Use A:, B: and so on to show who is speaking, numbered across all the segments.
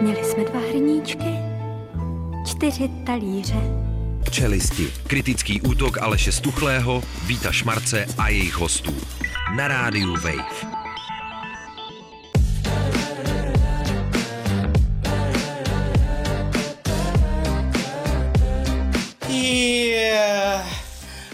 A: Měli jsme dva hrníčky, čtyři talíře.
B: Čelisti. Kritický útok Aleše Stuchlého, Víta Šmarce a jejich hostů. Na rádiu Wave.
C: Yeah.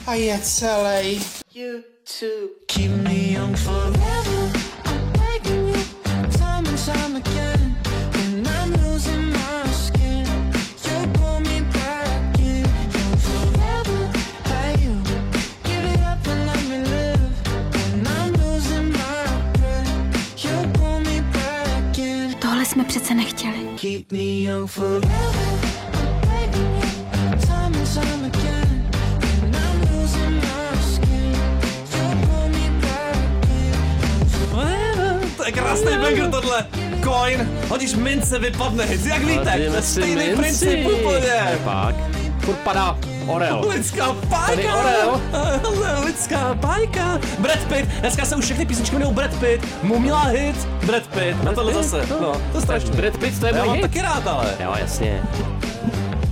C: A je celý. You too.
D: Keep me young forever. I'm begging you, time and time again. When I'm losing my skin, you pull me back in. Young forever, are you? Give it up and let me live. When I'm losing my breath, you pull me back in.
A: Tohle jsme přece nechtěli.
D: Keep me young forever. I'm begging you, time and time again. When I'm losing my skin, you pull me back in.
E: To je krásný banger tohle. Coin, hodíš mince, vypadne hit. Jak víte, to je stejný princip úplně.
F: Pak. Furt padá orel.
E: Lidská pájka!
F: orel.
E: Lidská pájka! Brad Pitt, dneska se už všechny písničky jmenují Brad Pitt. Mu měla hit Brad Pitt. A tohle
F: Pitt,
E: zase,
F: no.
E: no, to je strašný.
F: Brad Pitt, to je
E: Já
F: můj
E: mám
F: hit.
E: taky rád, ale.
F: Jo, jasně.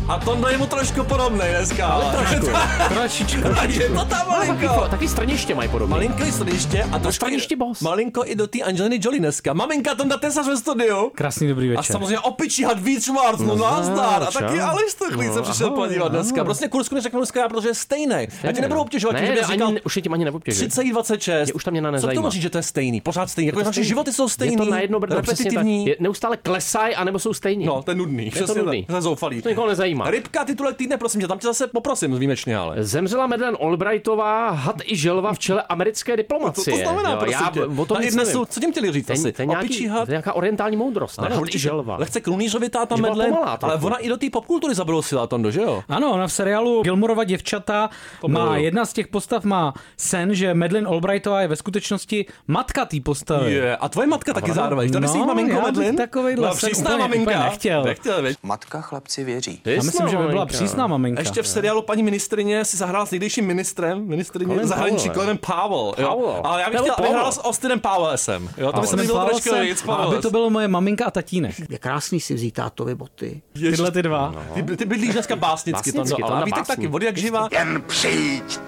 E: A Tonda je mu trošku podobný dneska. Ale
F: Trošku. Trošičku.
E: je to tam malinko.
F: Taky strniště mají podobně.
E: Malinko i strniště a trošku
F: strništi boss.
E: Malinko i do té Angeliny Jolie dneska. Maminka Tonda Tesař ve studiu.
G: Krásný dobrý
E: A
G: večer.
E: samozřejmě opičí had víc Schwarz, no nazdar. A taky
F: čau.
E: Aleš Stuchlík se
F: No,
E: přišel
F: ahoj,
E: podívat dneska.
F: ahoj.
E: Prostě Kursku neřeknu dneska já, protože je stejný. Já tě nebudu obtěžovat, tím, že
F: ne,
E: bych říkal
F: ani, už je tím ani neobtěžuji.
E: 30 26.
F: Je, už ta měna
E: Co to
F: nezajímá.
E: že to je stejný? Pořád stejný. Jako naše
F: stejný.
E: životy jsou stejný.
F: Je to na jedno brdo, přesně tak.
E: repetitivní.
F: Je, neustále klesají, anebo jsou stejní.
E: No, to je nudný.
F: Je to
E: přesně
F: nudný.
E: tak. To je zoufalý.
F: To nikoho nezajímá.
E: Rybka, titulek týdne, prosím tě, tam tě zase poprosím výjimečně, ale.
F: Zemřela Madeleine Albrightová, had i želva v čele americké
E: Co
F: diplomacie.
E: to znamená,
F: Jo,
E: prosím
F: já
E: tě?
F: o tom
E: Ta
F: nic
E: jedne
F: nevím.
E: jsou- co tím chtěli říct
F: To je-
E: asi?
F: to je nějaký-
E: Opičí had?
F: to je nějaká orientální moudrost, ne?
E: Ale
F: Had i
E: no, určitě
F: želva.
E: Lehce krunýřovitá ta
F: Že byla
E: Madeleine,
F: pomalá trochu.
E: ale ona i do té popkultury zabrousila, Tondo, že jo?
G: Ano, ona v seriálu Gilmorova děvčata má,
F: miluju.
G: jedna z těch postav má sen, že Madeline Albrightová je ve skutečnosti matka té postavy.
E: Je, a tvoje matka taky zároveň. To
G: No,
E: myslí maminko
G: já bych
E: Medlin?
G: takovejhle
E: Byla
G: jsem
E: přísná
G: úplně-
E: maminka.
G: úplně nechtěl.
E: Nechtěl, viď?
H: Matka chlapci věří.
G: Já myslím, že by byla přísná maminka.
E: A ještě v seriálu paní ministrině si zahrál s někdejším ministrem, ministrině
F: Colin
E: zahraničí
F: Powell.
E: Colinem Powell. Jo?
F: Powell.
E: Ale já bych
F: Nebo
E: chtěl, aby
F: Powell.
E: hrál s Austinem Powellem. Jo, to by se mi bylo
G: Myslel
E: trošku
G: jsem,
E: víc,
G: aby
E: Powell.
G: to bylo moje maminka a tatínek.
I: Je krásný si vzít tátovi boty.
G: Tyhle ty dva.
E: Ty, ty bydlíš dneska básnicky,
F: Básnicky,
E: Tondo, ale
F: Tonda,
E: víte
F: básník.
E: taky, od jak živa.
J: Jen přijď,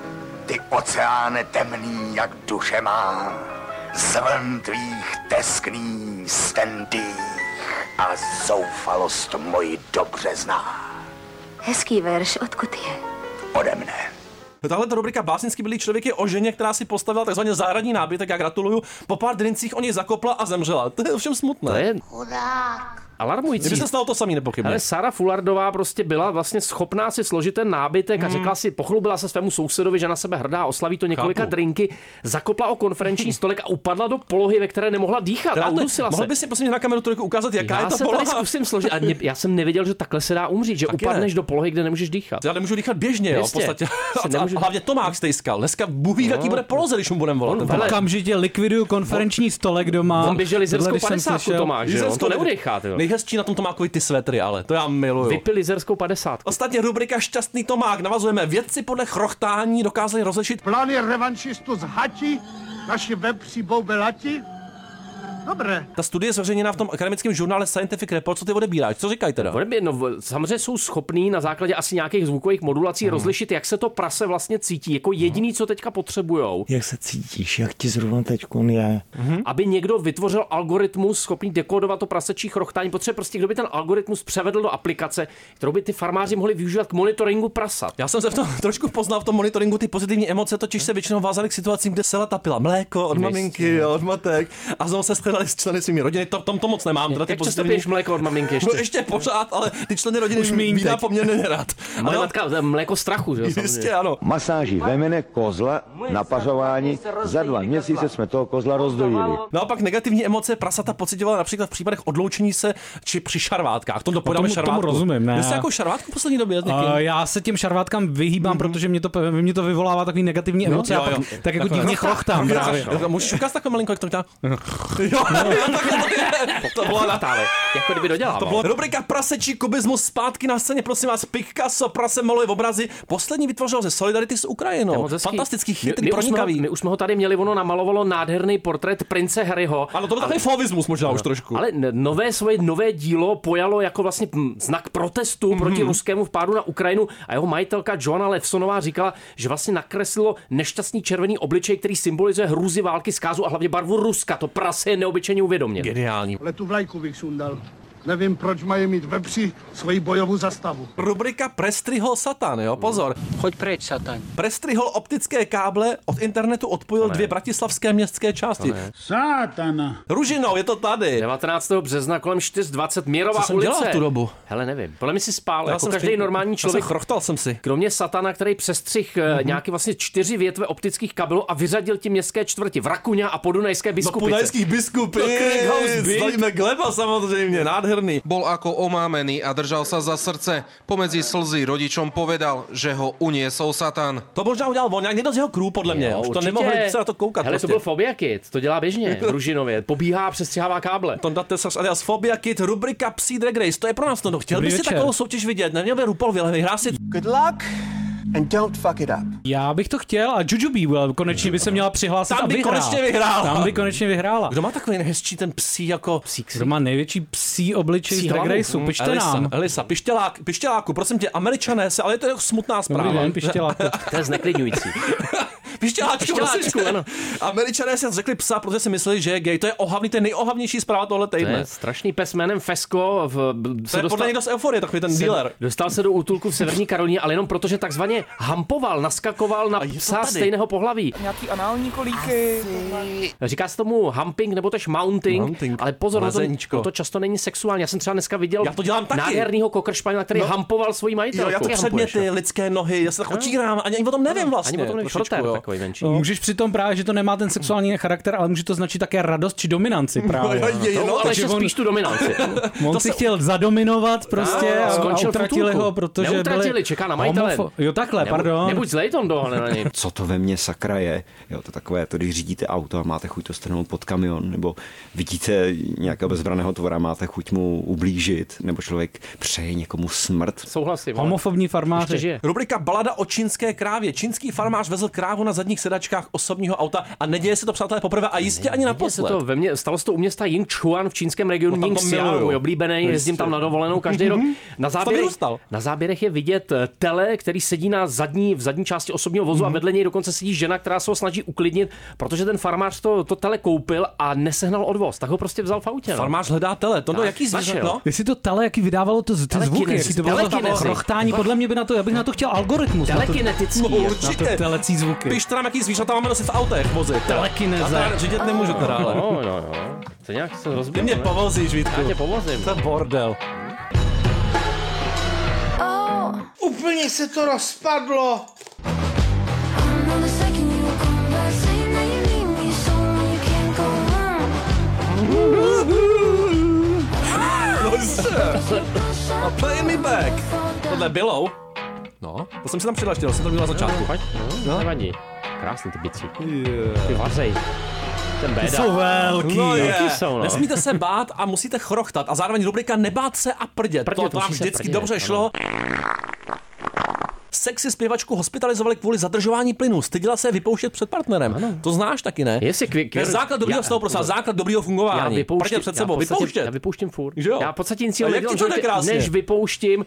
J: ty oceáne temný, jak duše má. Zvln tvých teskný stendých a zoufalost moji dobře zná.
A: Hezký verš, odkud je?
J: Ode mne.
E: Tahle rubrika Básnicky byli člověk je o ženě, která si postavila takzvaně zahradní nábytek, já gratuluju. Po pár drincích o něj zakopla a zemřela. To je ovšem
F: To
E: smutné.
F: je alarmující.
E: Kdyby se stalo to samý, nepochybně.
F: Ale Sara Fulardová prostě byla vlastně schopná si složit ten nábytek
E: Hmm.
F: a řekla si, pochlubila se svému sousedovi, že na sebe hrdá, oslaví to několika
E: Chápu.
F: drinky, zakopla o konferenční stolek a upadla do polohy, ve které nemohla dýchat a
E: Rád,
F: udusila
E: mohl
F: se.
E: bys si prosím tě na kameru trojku ukázat, jaká
F: Já
E: je ta
F: se
E: poloha?
F: tady zkusím složit. A mě, já jsem nevěděl, že takhle se dá umřít, že
E: Taky ne.
F: upadneš do polohy, kde nemůžeš dýchat.
E: Já nemůžu dýchat běžně, jo, v
F: Jistě.
E: podstatě.
F: Se
E: A,
F: nemůžu- No,
E: a hlavně Tomák stejskal. Dneska Bůh ví, v jaký bude poloze, když mu budeme volat.
F: On
E: Ten
F: vele-
E: Tomák.
G: Okamžitě likviduju konferenční stolek doma.
F: On běžel
G: Tohle,
F: lizerskou
G: když jsem
F: 50,
G: slyšel-
F: Tomáš, že jo? On
E: Lizerskou-
F: to neudechá, ty jo.
E: Nejhezčí na tom Tomákovi ty svetry, ale to já miluju.
F: Vypil lizerskou 50.
E: Ostatně rubrika Šťastný Tomák navazujeme. Vědci podle chrochtání dokázali rozlišit
J: Plány revanšistu z hati, naši web přiboube lati. Dobré.
E: ta studie zveřejněná v tom akademickém žurnále Scientific Report, co ty odebíráš, co říkají teda?
F: Odebě, no, v- samozřejmě jsou schopní na základě asi nějakých zvukových modulací
I: Mhm.
F: rozlišit, jak se to prase vlastně cítí, jako jediný, co teďka potřebujou. Mhm.
I: Jak se cítíš, jak ti zrovna teď je?
F: aby někdo vytvořil algoritmus schopný dekodovat to prasečí chrochtání, potřebuje prostě, kdo by ten algoritmus převedl do aplikace, kterou by ty farmáři mohli využívat k monitoringu prasat.
E: Já jsem se v tom trošku poznal v tom monitoringu ty pozitivní emoce, totiž se většinou vázaly k situacím, kde Sela tapila mléko od
F: Jistě.
E: maminky, jo, od matek a znovu se shledali s členy svými rodiny. To, tom to moc nemám, teda ty
F: Jak často
E: pozitivní.
F: piješ mléko od maminky ještě?
E: No ještě pořád, ale ty členy rodiny už
G: míň
E: vína
G: teď.
E: poměrně nerad.
I: No,
F: Moje
E: Ale-
F: matka, to je mléko strachu, že jo?
E: Jistě
F: samozřejmě.
E: ano.
J: Masáží vemene, kozla, napařování. Za dva měsíce jsme toho kozla rozdojili.
E: Naopak negativní emoce prasata pocitovala například v případech odloučení se či při šarvátkách. Tom dopodáme
G: tomu- tomu
E: šarvátku.
G: rozumím, ne,
E: Měl jsi
G: já-
E: jako šarvátku v poslední době? s někým?
G: Uh, já se těm šarvátkám vyhýbám, protože mě to, mě to vyvolává takový negativní emoce.
E: Mhm. No, jo,
G: a pak,
E: jo.
G: tak jako divně chrochtám.
E: Já-
G: právě.
E: já- Můžeš ukázat takhle malinko, jak to dělá? Jo, to bylo na
F: Ale jako kdyby dodělával.
E: to bylo rubrika Prasečí kubismus zpátky na scéně, prosím vás, Picasso, prase maluje obrazy. Poslední vytvořil ze Solidarity s
F: To je
E: Ukrajinou.
F: moc hezký.
E: Fantastický,
F: My-
E: chytrý,
F: my, už jsme ho,
E: pronikavý.
F: my už jsme ho tady měli, ono namalovalo nádherný portrét prince Harryho.
E: Ano, to byl takový fauvismus možná už trošku.
F: Ale n- nové svoje nové dílo pojalo jako vlastně mm, znak protestu
E: Mhm.
F: mm-hmm. proti ruskému vpádu na Ukrajinu a jeho majitelka Joana Levsonová říkala, že vlastně nakreslilo nešťastný červený obličej, který symbolizuje hrůzy války, zkázu a hlavně barvu Ruska. To prase je neobyčejně uvědomě.
E: Geniální.
H: Ale tu vlajku bych sundal. Nevím, proč mají mít vepři svoji bojovou zastavu.
E: Rubrika Prestrihol Satan, jo, pozor.
I: Choď pryč, satan.
E: Prestrihol optické káble od internetu odpojil dvě bratislavské městské části.
H: Sátana.
E: Ružinou, je to tady.
F: 19. března kolem 4.20 Mírová
E: Co jsem
F: ulice.
E: dělal v tu dobu?
F: Hele, nevím. Podle mě si spál, jako
E: jsem
F: každý
E: stejný-
F: normální
E: Já
F: člověk.
E: jsem chrochtal jsem si.
F: Kromě satana, který přestřih
E: Mhm.
F: mm-hmm. nějaké vlastně čtyři větve optických kabelů a vyřadil ti městské čtvrti Vrakuňa a
E: No,
F: podunajské biskupice.
E: Podajských biskupy.
F: Krighaus Beat.
E: Slavíme Gleba samozřejmě, nádherný.
K: Bol ako omámený a držal sa za srdce. Pomedzi slzy rodičom povedal, že ho uniesol Satan.
E: To možná udělal on, nějak někdo z jeho krů, podle mě.
F: Jo,
E: Už to
F: No, určitě.
E: nemohli se na to koukat.
F: Hele,
E: prostě.
F: to byl Fobia Kid, to dělá běžně, Ružinově. Pobíhá, přestřihává káble.
E: Tonda Tesař alias Fobia Kid, rubrika Psí Drag Race. To je pro nás to. Chtěl
G: Dobrý
E: byste
G: večer.
E: takovou soutěž vidět? Neměl by RuPaul vyhle- vyhrát si
G: Já bych to chtěl a Jujubi byla- konečně by se měla přihlásit
E: Tam
G: a
E: by
G: vyhrát.
E: konečně vyhrála.
G: Tam by konečně vyhrála.
E: Kdo má takový hezčí ten psí jako... Psí
G: Kdo má největší psí Hmm, obličej z
F: Psí
G: Drag
F: hlavu.
G: Raceu?
F: Mm,
G: Pište
E: Elisa,
G: nám.
E: Elisa, pištělák, pištěláku, prosím tě, američané se, ale je to jako smutná zpráva.
G: Dobrý den, pištěláku.
F: To je zneklidňující.
E: Pištěláčku,
F: Pištěláčku,
E: prosím.
F: ano.
E: Američané se řekli psa, protože si mysleli, že je gay. To je ohavný, to je nejohavnější zpráva tohle
F: To
E: týdne.
F: je strašný pes jménem Fesko. V,
E: To je podle někdo z euforie, takový ten
F: se-
E: dealer.
F: Dostal se do útulku v Severní Karolíně, ale jenom protože takzvaně hampoval, naskakoval na
E: je to
F: psa
E: tady.
F: stejného pohlaví. Nějaký anální kolíky. Říká se tomu humping nebo tež mounting,
E: Mounting.
F: ale pozor, na to,
E: Lezeníčko.
F: no to často není sexuální. Já jsem třeba dneska viděl
E: Já to dělám taky.
F: nádhernýho kokršpaněla, který no. hampoval svoji
E: Jo,
F: majitelku.
E: já ty
F: Jak hampuješ,
E: předměty, lidské nohy, já se tak otírám, ani, ani o tom nevím vlastně.
F: Ani o tom nevíš,
E: trošičku,
F: frotér
E: jo.
F: takový menší.
G: No. Můžeš přitom právě, že to nemá ten sexuální charakter, ale může to značit také radost či dominanci právě.
E: No, jo, je,
F: No,
E: no,
F: ale
E: takže
F: ještě
G: on-
F: spíš tu dominanci.
G: On
E: To
G: si
E: se-
G: chtěl zadominovat prostě
F: Ano,
G: a, a
F: skončil v
G: utratili
F: útulku.
G: ho, protože
F: Neutratili,
G: byli
F: čeká na majitele.
G: Jo takhle,
F: Nebu-
G: pardon.
F: Nebuď zlej, Tondo, ale na něj.
K: Co to ve mně sakra je? Jo, to takové, to když řídíte auto a máte chuť to strhnout pod kamion, nebo vidíte nějakého bezbraného tvora, máte chuť mu ublížit, nebo člověk přeje někomu smrt.
F: Souhlasím. ale
G: Homofobní
F: Ještě
G: farmáři.
F: žije.
E: Rubrika Balada o čínské krávě. Čínský farmář vezl krávu na zadních sedačkách osobního auta a neděje se to, přátelé, poprvé a jistě ani
F: Mně se
E: naposled.
F: to ve mně, stalo se to u města Yingchuan v čínském regionu
E: No, tam to No,
F: Ningxiao,
E: miluju.
F: můj oblíbený, jezdím tam na dovolenou každý
E: Mhm.
F: rok. Na záběrech,
E: vyrůstal.
F: na záběrech je vidět eh, tele, který sedí na zadní, v zadní části osobního vozu
E: Mhm.
F: a vedle něj dokonce sedí žena, která se ho snaží uklidnit, protože ten farmář to, to tele koupil a nesehnal odvoz, tak ho prostě vzal v autě. No.
E: Farmář hledá tele, to no, jaký zvíře,
F: našel.
E: no?
G: Jestli to tele, jaký vydávalo to, ty
F: Telekinezi,
G: zvuky, jaký to bylo to
F: telekinezi.
G: chrochtání, podle mě by na to, já bych na to chtěl algoritmus. Na to,
F: Telekinetický.
E: No,
F: je.
G: na to
E: určitě.
G: telecí zvuky.
E: Pište nám, jaký zvířata máme nosit v autech, vozy.
G: Telekineze.
E: A to řídit nemůžu teda, ale.
F: No, no, no. To nějak se
E: Ty
F: rozbíjí.
E: mě povozíš, Vítku.
F: Já tě povozím.
E: To je bordel.
C: Úplně se to rozpadlo.
E: No jistě. A play me back. Tohle bylo. No, to jsem si tam přilaštil, jsem to měl na začátku.
F: Pojď, no, nevadí. Krásný ty bicí. Ty vařej. Ten béda.
G: Jsou velký.
E: No je.
F: Jaký jsou, no?
E: Nesmíte se bát a musíte chrochtat. A zároveň rubrika nebát se a prdět.
F: Prdět,
E: to vám
F: musí se
E: vždycky
F: prdět,
E: dobře
F: ano.
E: šlo. Sexy zpěvačku hospitalizovali kvůli zadržování plynu. Stydila se je vypouštět před partnerem. To znáš taky, ne?
F: Jestli kvi-
E: To je
F: kvi-
E: základ dobrýho
F: já-
E: vztahu, prosím, vás, základ dobrýho
F: Já
E: fungování.
F: vypouštím,
E: Prdět před sebou,
F: já, v podstatě-
E: vypouštět.
F: já vypouštím furt.
E: Že jo?
F: Já v podstatě nic jiného
E: A jak
F: nedělám,
E: ti to
F: že-
E: jde krásně?
F: než vypouštím.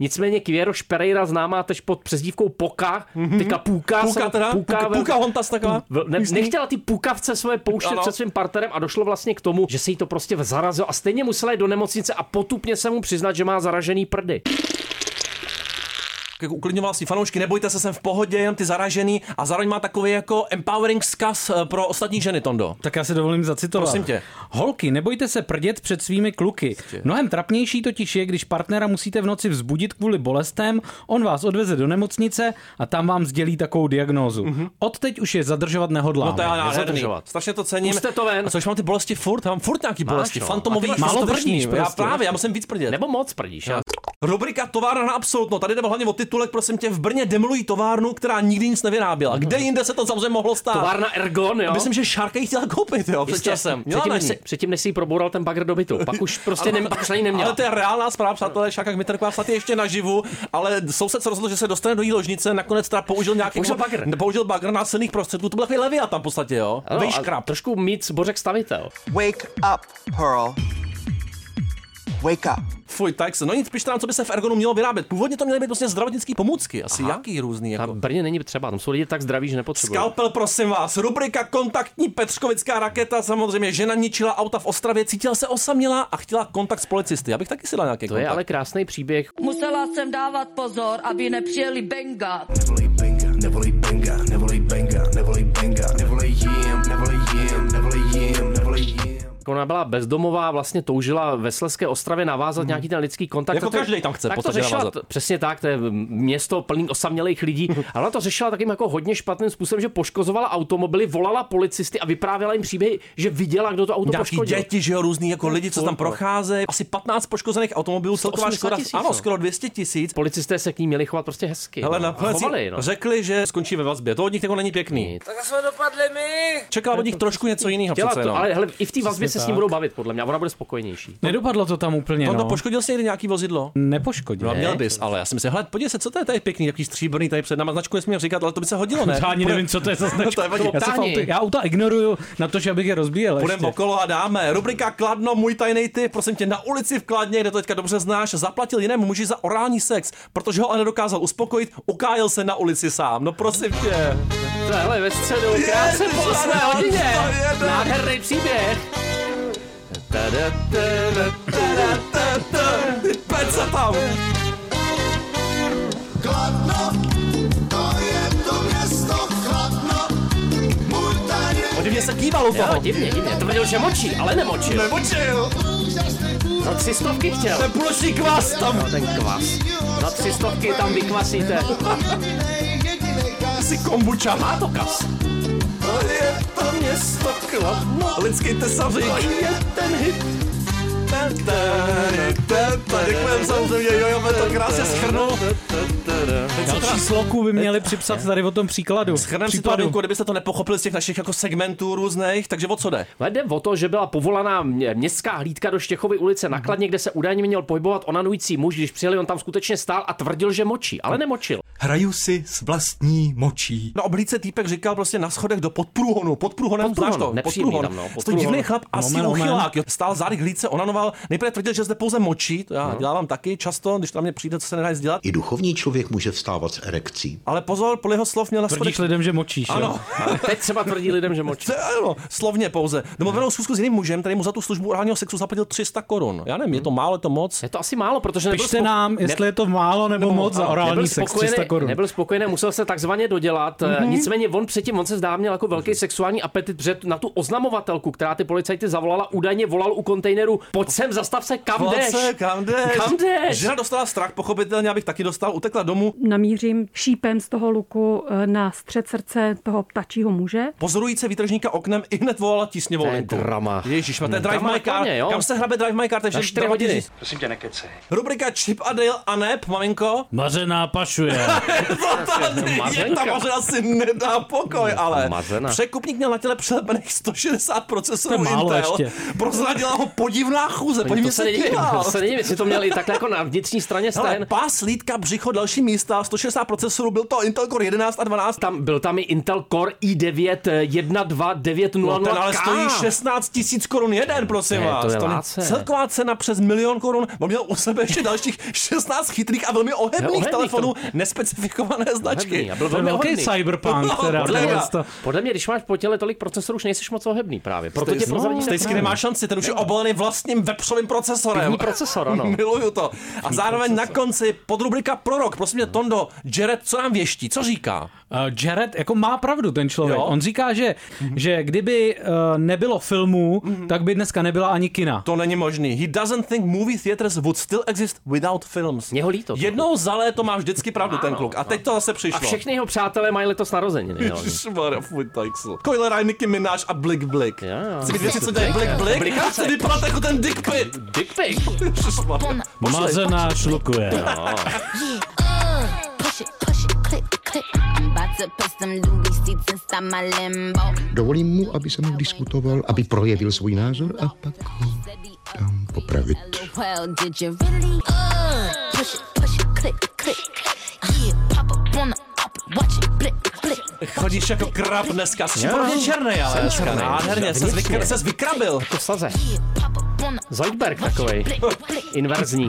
F: Nicméně Kvěroš Pereira známá tež pod přezdívkou Poka, mm-hmm. teďka Půka.
E: Půka
F: jsem-
E: Mhm. teda? Půka,
F: Půka,
E: půka hontas taková?
F: v- ne, nechtěla ty pukavce svoje pouštět
E: Ano.
F: před svým partnerem a došlo vlastně k tomu, že se jí to prostě zarazilo a stejně musela jít do nemocnice a potupně se mu přiznat, že má zaražený prdy.
E: jako uklidňoval si fanoušky, nebojte se, jsem v pohodě, jenom ty zaražený a zároveň má takový jako empowering vzkaz eh, pro ostatní ženy, Tondo.
G: Tak já se dovolím zacitovat.
E: Prosím tě. Prostě.
G: Holky, nebojte se prdět před svými kluky. Mnohem trapnější totiž je, když partnera musíte v noci vzbudit kvůli bolestem, on vás odveze do nemocnice a tam vám sdělí takovou diagnózu. Mm-hmm. Odteď už je zadržovat nehodlám.
E: Mhm. No to je nádherný.
F: zadržovat.
E: Strašně to cením.
F: Pusťte to ven.
E: A což mám ty bolesti furt, já mám furt nějaký bolesti,
F: no.
E: fantomový,
F: A ty máš
E: fantovrční.
F: prdíš
E: Já
F: prostě.
E: právě, já musím víc prdět.
F: Nebo moc prdíš. Já.
E: Rubrika Továrna na absolutno. Tady jde hlavně o titulek, prosím tě, v Brně demolují továrnu, která nikdy nic nevyráběla. Kde jinde se to samozřejmě mohlo stát?
F: Továrna Ergon, jo?
E: Myslím, že Šárka ji chtěla koupit, jo, před
F: Jistě.
E: časem. Měla
F: Předtím,
E: na
F: než
E: ní.
F: si, předtím, než si ji proboural ten bagr do bytu. Pak už prostě
E: Ale-
F: ne, pak už na ní neměl.
E: Ale to je reálná zpráva, přátelé, Šáka Kmiterková snad je ještě naživu, ale soused se rozhodl, že se dostane do jí ložnice, nakonec teda použil nějaký...
F: Použil bagr.
E: Použil bagr na silných prostředků, to byl takový levia tam v podstatě, jo?
F: Ano,
E: Vejš
F: No, a
E: krab.
F: Trošku mít bořek stavitel.
L: Wake up, Pearl. Wake up.
E: Fuj, tak se, no nic, pište nám, co by se v Ergonu mělo vyrábět. Původně to měly být prostě zdravotnické pomůcky, asi Aha. jaký různý. Jako.
F: Brně není třeba, tam jsou lidi tak zdraví, že nepotřebují.
E: Skalpel, prosím vás, rubrika kontaktní Petřkovická raketa, samozřejmě žena ničila auta v Ostravě, cítila se osamělá a chtěla kontakt s policisty. Já bych taky si dal nějaký
F: To
E: kontakt.
F: je ale krásný příběh.
M: Musela jsem dávat pozor, aby nepřijeli bengat.
N: Nevolej benga, nevolej benga, nevolej benga, nevolej jim, nevolej jim, nevolej jim, nevolej jim.
F: Ona byla bezdomová, vlastně toužila ve Sleské ostravě navázat hmm. nějaký ten lidský kontakt.
E: Jako
F: Tak to-
E: každej tam chce v
F: tak to
E: podstatě
F: řešila,
E: navázat.
F: t- Přesně tak, to je město plný osamělých lidí. Ale ona to řešila takým jako hodně špatným způsobem, že poškozovala automobily, volala policisty a vyprávěla jim příběhy, že viděla, kdo to auto
E: Nějaký
F: poškodil.
E: děti, že jo, různý jako lidi, co se tam procházejí. Asi 15 poškozených automobilů, celková
F: 180
E: škoda.
F: tisíc,
E: Ano,
F: no.
E: skoro 200 tisíc.
F: Policisté se k ní měli chovat prostě hezky.
E: Hele,
F: no. A
E: nakonec
F: chovali,
E: chovali,
F: no.
E: řekli, že skončí ve vazbě. To od nich jako není pěkný.
O: Tak jsme dopadli my.
E: Čekal od nich trošku něco jiného.
F: Chtěla
E: přece,
F: to,
E: no.
F: ale hele, i v té vazbě se s
E: tak.
F: ním budou bavit, podle mě, a ona bude spokojenější.
G: Nedopadlo to tam úplně,
E: Tondo,
G: no.
E: poškodil jsi někdy nějaký vozidlo?
G: Nepoškodil.
E: No a měl bys, ale já jsem si, hele, podívej se, co to je tady pěkný, jaký stříbrný tady před náma značku nesmím říkat, ale to by se hodilo, ne?
G: Já ani
E: Půjde-
G: nevím, co to je za
E: No, to
G: značka.
E: je vadí.
G: já, se v autu, já auta ignoruju na to, že abych je rozbíjel ještě.
E: Půjdeme okolo a dáme. Rubrika Kladno, můj tajný typ, prosím tě, na ulici v Kladně, kde to teďka dobře znáš, zaplatil jinému muži za orální sex, protože ho ale nedokázal uspokojit, ukájil se na ulici sám. No prosím tě.
F: Tohle ve středu,
E: Je, ty
F: krátce po osmé
E: krásná,
F: hodině.
E: to je tak.
F: Nádherný příběh. Tada, tada, tada, tada, tada.
E: Pec se tam.
N: Kladno, to je to město Kladno, můj tady
E: Podivně se kýval u toho.
F: Jo, divně, divně. Tvrdil, že močí, ale nemočil.
E: Nemočil.
F: Za tři stovky chtěl.
E: Ten plošný kvas tam.
F: No, ten kvas. Za tři stovky tam vykvasíte.
E: Jsi kombuča. Má to kas. To je to město Kladno. Lidský tesařík.
F: je ten hit.
E: Děkujeme samozřejmě, jo, jo, to krásně schrnul.
G: Další sloku by měli připsat tady o tom příkladu.
E: Schrneme si to,
G: Případu.
E: Adamku, kdybyste to nepochopili z těch našich jako segmentů různých, takže o co jde?
F: Ale Jde o to, že byla povolaná mě- městská hlídka do Štěchovy ulice na Kladně, kde se údajně měl pohybovat onanující muž, když přijeli, on tam skutečně stál a tvrdil, že močí, ale nemočil.
P: Hraju si s vlastní močí.
E: No oblídce týpek říkal prostě na schodech do podprůhonu, podprůhonem,
F: Podprůhon,
E: znáš to?
F: nepříjemný tam, no,
E: Stoj
F: podprůhon.
E: divný chlap,
F: Moment,
E: asi
F: moment.
E: uchylák, jo. Stál zády k hlídce, onanoval, nejprve tvrdil, že zde pouze močí, to
F: No.
E: já dělám taky často, když tam mě přijde, co se nedá nic dělat.
Q: I duchovní člověk může vstávat s erekcí.
E: Ale pozor, podle jeho slov měl na
G: Tvrdíš
E: schodech...
G: lidem, že močíš,
E: Ano.
F: Teď třeba tvrdí lidem, že močí.
E: Ano, slovně pouze.
F: Hmm.
E: Domluvenou schůzku s jiným mužem, který mu za tu službu orálního sexu zaplatil 300 korun. Já nevím, je to málo, je to moc?
F: Je to asi málo, protože nebyl
G: Pište
F: spoko-
G: nám,
F: ne-
G: jestli je to málo nebo moc za
F: ano,
G: orální
F: nebyl
G: sex
F: spokojený-
G: 300 korun.
F: Nebyl spokojený, musel se takzvaně dodělat. Mm-hmm. Nicméně on předtím, on se zdá měl jako velký sexuální apetit, protože na tu oznamovatelku, která ty policajty zavolala, údajně volal u kontejneru, pojď sem, zastav se, kam
E: Volal
F: jdeš?
E: se, kam jdeš?
F: Kam jdeš?
E: Žena dostala strach, pochopitelně, abych taky dostal, utekla domů.
R: Namířím šípem z toho luku eh, na střed srdce toho ptačího muže.
E: Pozorující výtržníka oknem i hned volala tísňovou
F: To je
E: linku.
F: drama.
E: Ježíš, to je
F: No,
E: Drive
F: drama
E: My
F: na
E: Car.
F: koně, jo.
E: Kam se hrabe Drive My Car? Takže
F: Na čtyři
E: dva
F: hodiny.
E: tisíc-
S: Prosím tě, nekecej.
E: Rubrika Chip a Dale a Nep, maminko.
G: Mařená pašuje.
E: Tady je,
G: Mazenka.
E: tam možná si nedá pokoj, ale
G: Mazena.
E: překupník měl na těle přelepených 160 procesorů
G: To je málo
E: Intel.
G: ještě.
E: Prozradila ho podivná chůze,
F: To
E: podívej
F: se
E: se
F: nedivím,
E: díval.
F: to se nedivím, jestli to měl i takhle jako na vnitřní straně
E: Hele,
F: stén.
E: No, pás, lítka, břicho, další místa, 160 procesorů, byl to Intel Core 11 a 12.
F: Tam byl tam i Intel Core i9
E: No,
F: 12900
E: ten ale stojí 16 tisíc korun jeden, prosím
F: Ne, to
E: vás.
F: je
E: ne-
F: láce.
E: Celková cena přes milion korun. On měl u sebe ještě dalších 16 chytrých a velmi ohebných
F: No, ohebných,
E: telefonů,
F: to-
E: nespecifikované značky.
F: Ohebný, a byl velmi ohebný.
E: No,
F: podle,
E: podle
F: mě,
E: mě.
F: podle mě, když máš po těle tolik procesorů, už nejsi moc ohebný právě. Proto tě
E: Stejs-
F: prozradí
E: Stejsky nemá šanci, ten už je obalený vlastním websovým procesorem.
F: Pivní procesor, ano.
E: Miluju to. A zároveň na konci podrubrika Prorok. Prosím tě, Tondo, Jared, co nám věští? Co říká?
G: Uh, Jared jako má pravdu ten člověk.
E: Jo.
G: Jo? On říká, že, že kdyby uh, nebylo filmů, tak by dneska nebyla ani kina.
E: To není možný. He doesn't think movie theaters would still exist without films.
F: Jeho líto. no.
E: Jednou za léto má vždycky pravdu ten kluk. A teď to zase přišlo.
F: A všechny jeho přátelé mají letos narozeniny. jo.
E: Ježišmarja, fuj, tajksl. Coil Rai, Nicki Minaj a Blik Blik. Chci vidět,
F: Blik
E: co dělají Blik Blik.
F: Blik, Blik
E: Chci vypadat jako ten Dick Pit.
F: Dick Pit?
G: No,
O: Mazená šlukuje.
S: Push it, push it, click, click. I'm about to put some Louis seats inside my limbo.
T: Dovolím mu, aby se mnou diskutoval, aby projevil svůj názor a pak tam popravit.
S: Well, did you really? Uh, push it, push it, click, click. Yeah, pop up on the up, watch it, blick, blick.
E: Chodíš jako krab dneska. Jsi
F: Jo.
E: úplně černý, ale
F: Jsem
E: dneska.
F: černej.
E: Nádherně, ses
F: Vnitřně.
E: vykr- ses vykrabil.
F: To saze.
S: On the
F: Zoidberg takovej. Inverzní.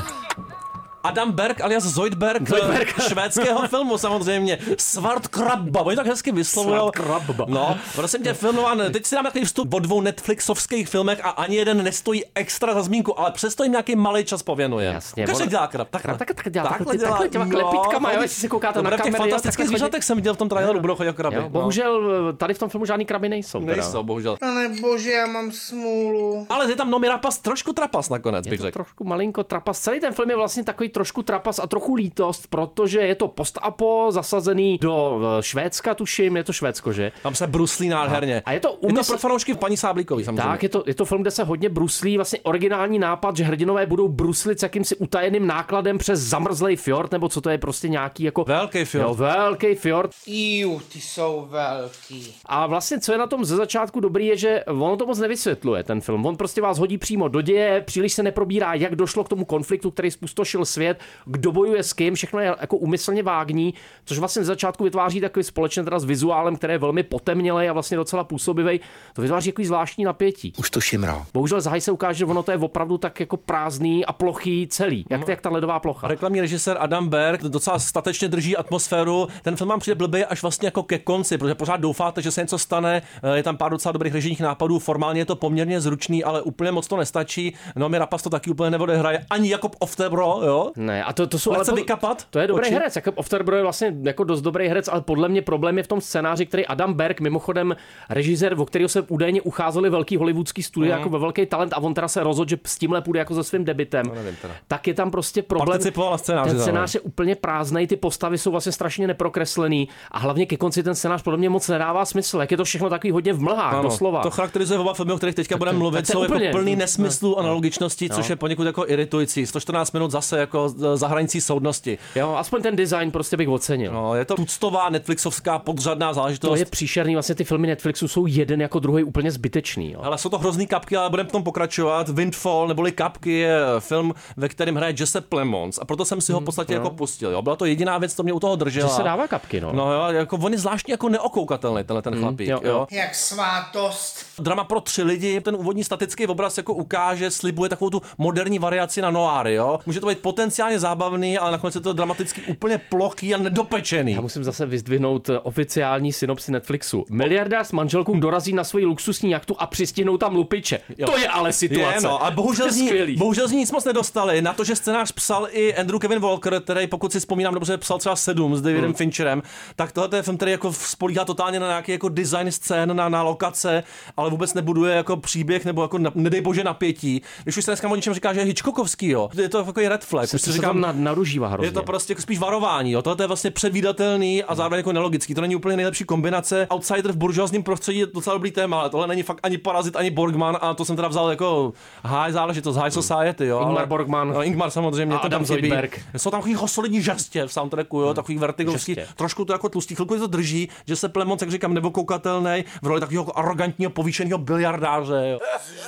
E: Adam Berg alias Zoidberg,
F: Zoidberg.
E: eh, švédského filmu samozřejmě. Svart krabba, oni to tak hezky vyslovují.
F: Svart krabba.
E: No, prosím tě, filmován, teď si dám takový vstup o dvou Netflixovských filmech a ani jeden nestojí extra za zmínku, ale přesto jim nějaký malý čas pověnuje. Jasně. Každý
F: ono-
E: dělá krab, takhle. no,
F: Tak, tak dělá, takhle, ty- takhle těma klepitkama, jo, jestli se koukáte na
E: Dobré, v těch
F: kamery, jo,
E: fantastických
F: takhle
E: zvířatech jsem viděl v tom traileru, budou chodit o kraby.
F: Jo, bohužel eh, tady v tom filmu žádný kraby nejsou.
E: No.
F: teda.
E: Nejsou, bohužel.
C: Nebože, já mám smůlu.
E: Ale je tam Nomi Rapas trošku trapas nakonec, bych řekl.
F: trošku malinko trapas. Celý ten film je vlastně takový trošku trapas a trochu lítost, protože je to post-apo zasazený do eh, Švédska, tuším, je to Švédsko, že?
E: Tam se bruslí nádherně.
F: A je to
E: Je to
F: úmysl...
E: pro fanoušky paní Sáblíkový samozřejmě.
F: Tak, je to, je to film, kde se hodně bruslí, vlastně originální nápad, že hrdinové budou bruslit s jakýmsi utajeným nákladem přes zamrzlej fjord, nebo co to je prostě nějaký jako...
E: Velký fjord.
F: Jo, velký fjord.
C: Iu, ty jsou velký.
F: A vlastně, co je na tom ze začátku dobrý, je, že ono to moc nevysvětluje, ten film. On prostě vás hodí přímo do děje, příliš se neprobírá, jak došlo k tomu konfliktu, který spustošil svět, kdo bojuje s kým, všechno je jako umyslně vágní, což vlastně ze začátku vytváří takový společně teda s vizuálem, který je velmi potemnělej a vlastně docela působivý. To vytváří takový zvláštní napětí.
Q: Už to šimrá.
F: Bohužel zahaj se ukáže, že ono to je opravdu tak jako prázdný a plochý celý, jak, jak ta ledová plocha.
E: Reklamní režisér Adam Berg docela statečně drží atmosféru. Ten film vám přijde blbě až vlastně jako ke konci, protože pořád doufáte, že se něco stane. Eh, Je tam pár docela dobrých režijních nápadů, formálně je to poměrně zručný, ale úplně moc to nestačí. No, mi Rapas to taky úplně neodehraje, ani jako Jakob Oftebro, jo?
F: Ne, a to, to jsou
E: ale
F: po-
E: vykapat.
F: To je dobrý
E: oči.
F: herec, jako Ofterbro je vlastně jako dost dobrý herec, ale podle mě problém je v tom scénáři, který Adam Berg, mimochodem režisér, o kterého se údajně ucházeli velký hollywoodský studio
E: Mhm.
F: jako ve velký talent a on teda se rozhodl, že s tímhle půjde jako se svým debitem.
E: No, nevím teda.
F: Tak je tam prostě problém.
E: Participoval na scénáři
F: Ten
E: zároveň.
F: scénář je úplně prázdný, ty postavy jsou vlastně strašně neprokreslený a hlavně ke konci ten scénář podle mě moc nedává smysl, jak je to všechno takový hodně v mlhách,
E: Ano,
F: doslova.
E: To charakterizuje oba filmy, o kterých teďka budeme
F: to-
E: mluvit,
F: tak to je
E: jsou jako
F: úplně-
E: plný nesmyslů a analogičností,
F: No.
E: což je poněkud jako iritující. 114 minut zase jako eh, za hranicí soudnosti.
F: Jo, aspoň ten design prostě bych ocenil.
E: No, je to tuctová Netflixovská podřadná záležitost.
F: To je příšerný, vlastně ty filmy Netflixu jsou jeden jako druhý úplně zbytečný. Jo.
E: Ale jsou to hrozný kapky, ale budeme v tom pokračovat. Windfall neboli Kapky je film, ve kterém hraje Jesse Plemons a proto jsem si ho v podstatě
F: no.
E: jako pustil. Jo. Byla to jediná věc, co mě u toho držela.
F: Že se dává kapky, no. Mhm,
E: No jo, jako on je zvláštně jako neokoukatelný, tenhle ten chlapík.
F: jo,
E: Jo,
F: jo.
E: jo.
C: Jak svátost.
E: Drama pro tři lidi, ten úvodní statický obraz jako ukáže, slibuje takovou tu moderní variaci na noáry, jo. Může to být potenciálně zábavný, ale nakonec je to dramaticky úplně plochý a nedopečený.
F: Já musím zase vyzdvihnout eh, oficiální synopsi Netflixu. Miliardář s manželkou dorazí na svoji luxusní jachtu a přistihnou tam lupiče.
E: Jo.
F: To je ale situace.
E: Je, no, a bohužel z, ní,
F: Skvělý.
E: bohužel z ní nic moc nedostali. Na to, že scénář psal i Andrew Kevin Walker, který, pokud si vzpomínám dobře, psal třeba sedm s Davidem
F: Hmm.
E: Fincherem, tak tohle je film, který jako spolíhá totálně na nějaký jako design scén, na, na lokace, ale vůbec nebuduje jako příběh nebo jako na, nedej bože napětí. Když už se dneska o něčem říká, že je Hitchcockovský, jo, je to takový red flag. Prostě Už
F: se
E: si
F: to tam na- naružívá hrozně.
E: Je to prostě jako spíš varování, jo. tohle je vlastně předvídatelný a zároveň jako nelogický. To není úplně nejlepší kombinace. Outsider v buržoazním prostředí je docela dobrý téma, ale tohle není fakt ani parazit, ani Borgman a to jsem teda vzal jako high záležitost, high society. Jo,
F: Ingmar
E: ale-
F: Borgman.
E: No, Ingmar samozřejmě,
F: A
E: to
F: Adam
E: tam chybí.
F: Zoidberg. Hmm.
E: Jsou tam takový jako solidní žastě v soundtracku, jo, takový vertigovský,
F: Žastě.
E: trošku to jako tlustý, chvilku je to drží, že se Plemons, jak říkám, nebo koukatelný v roli takového jako arrogantního povýšeného biliardáře. Jo.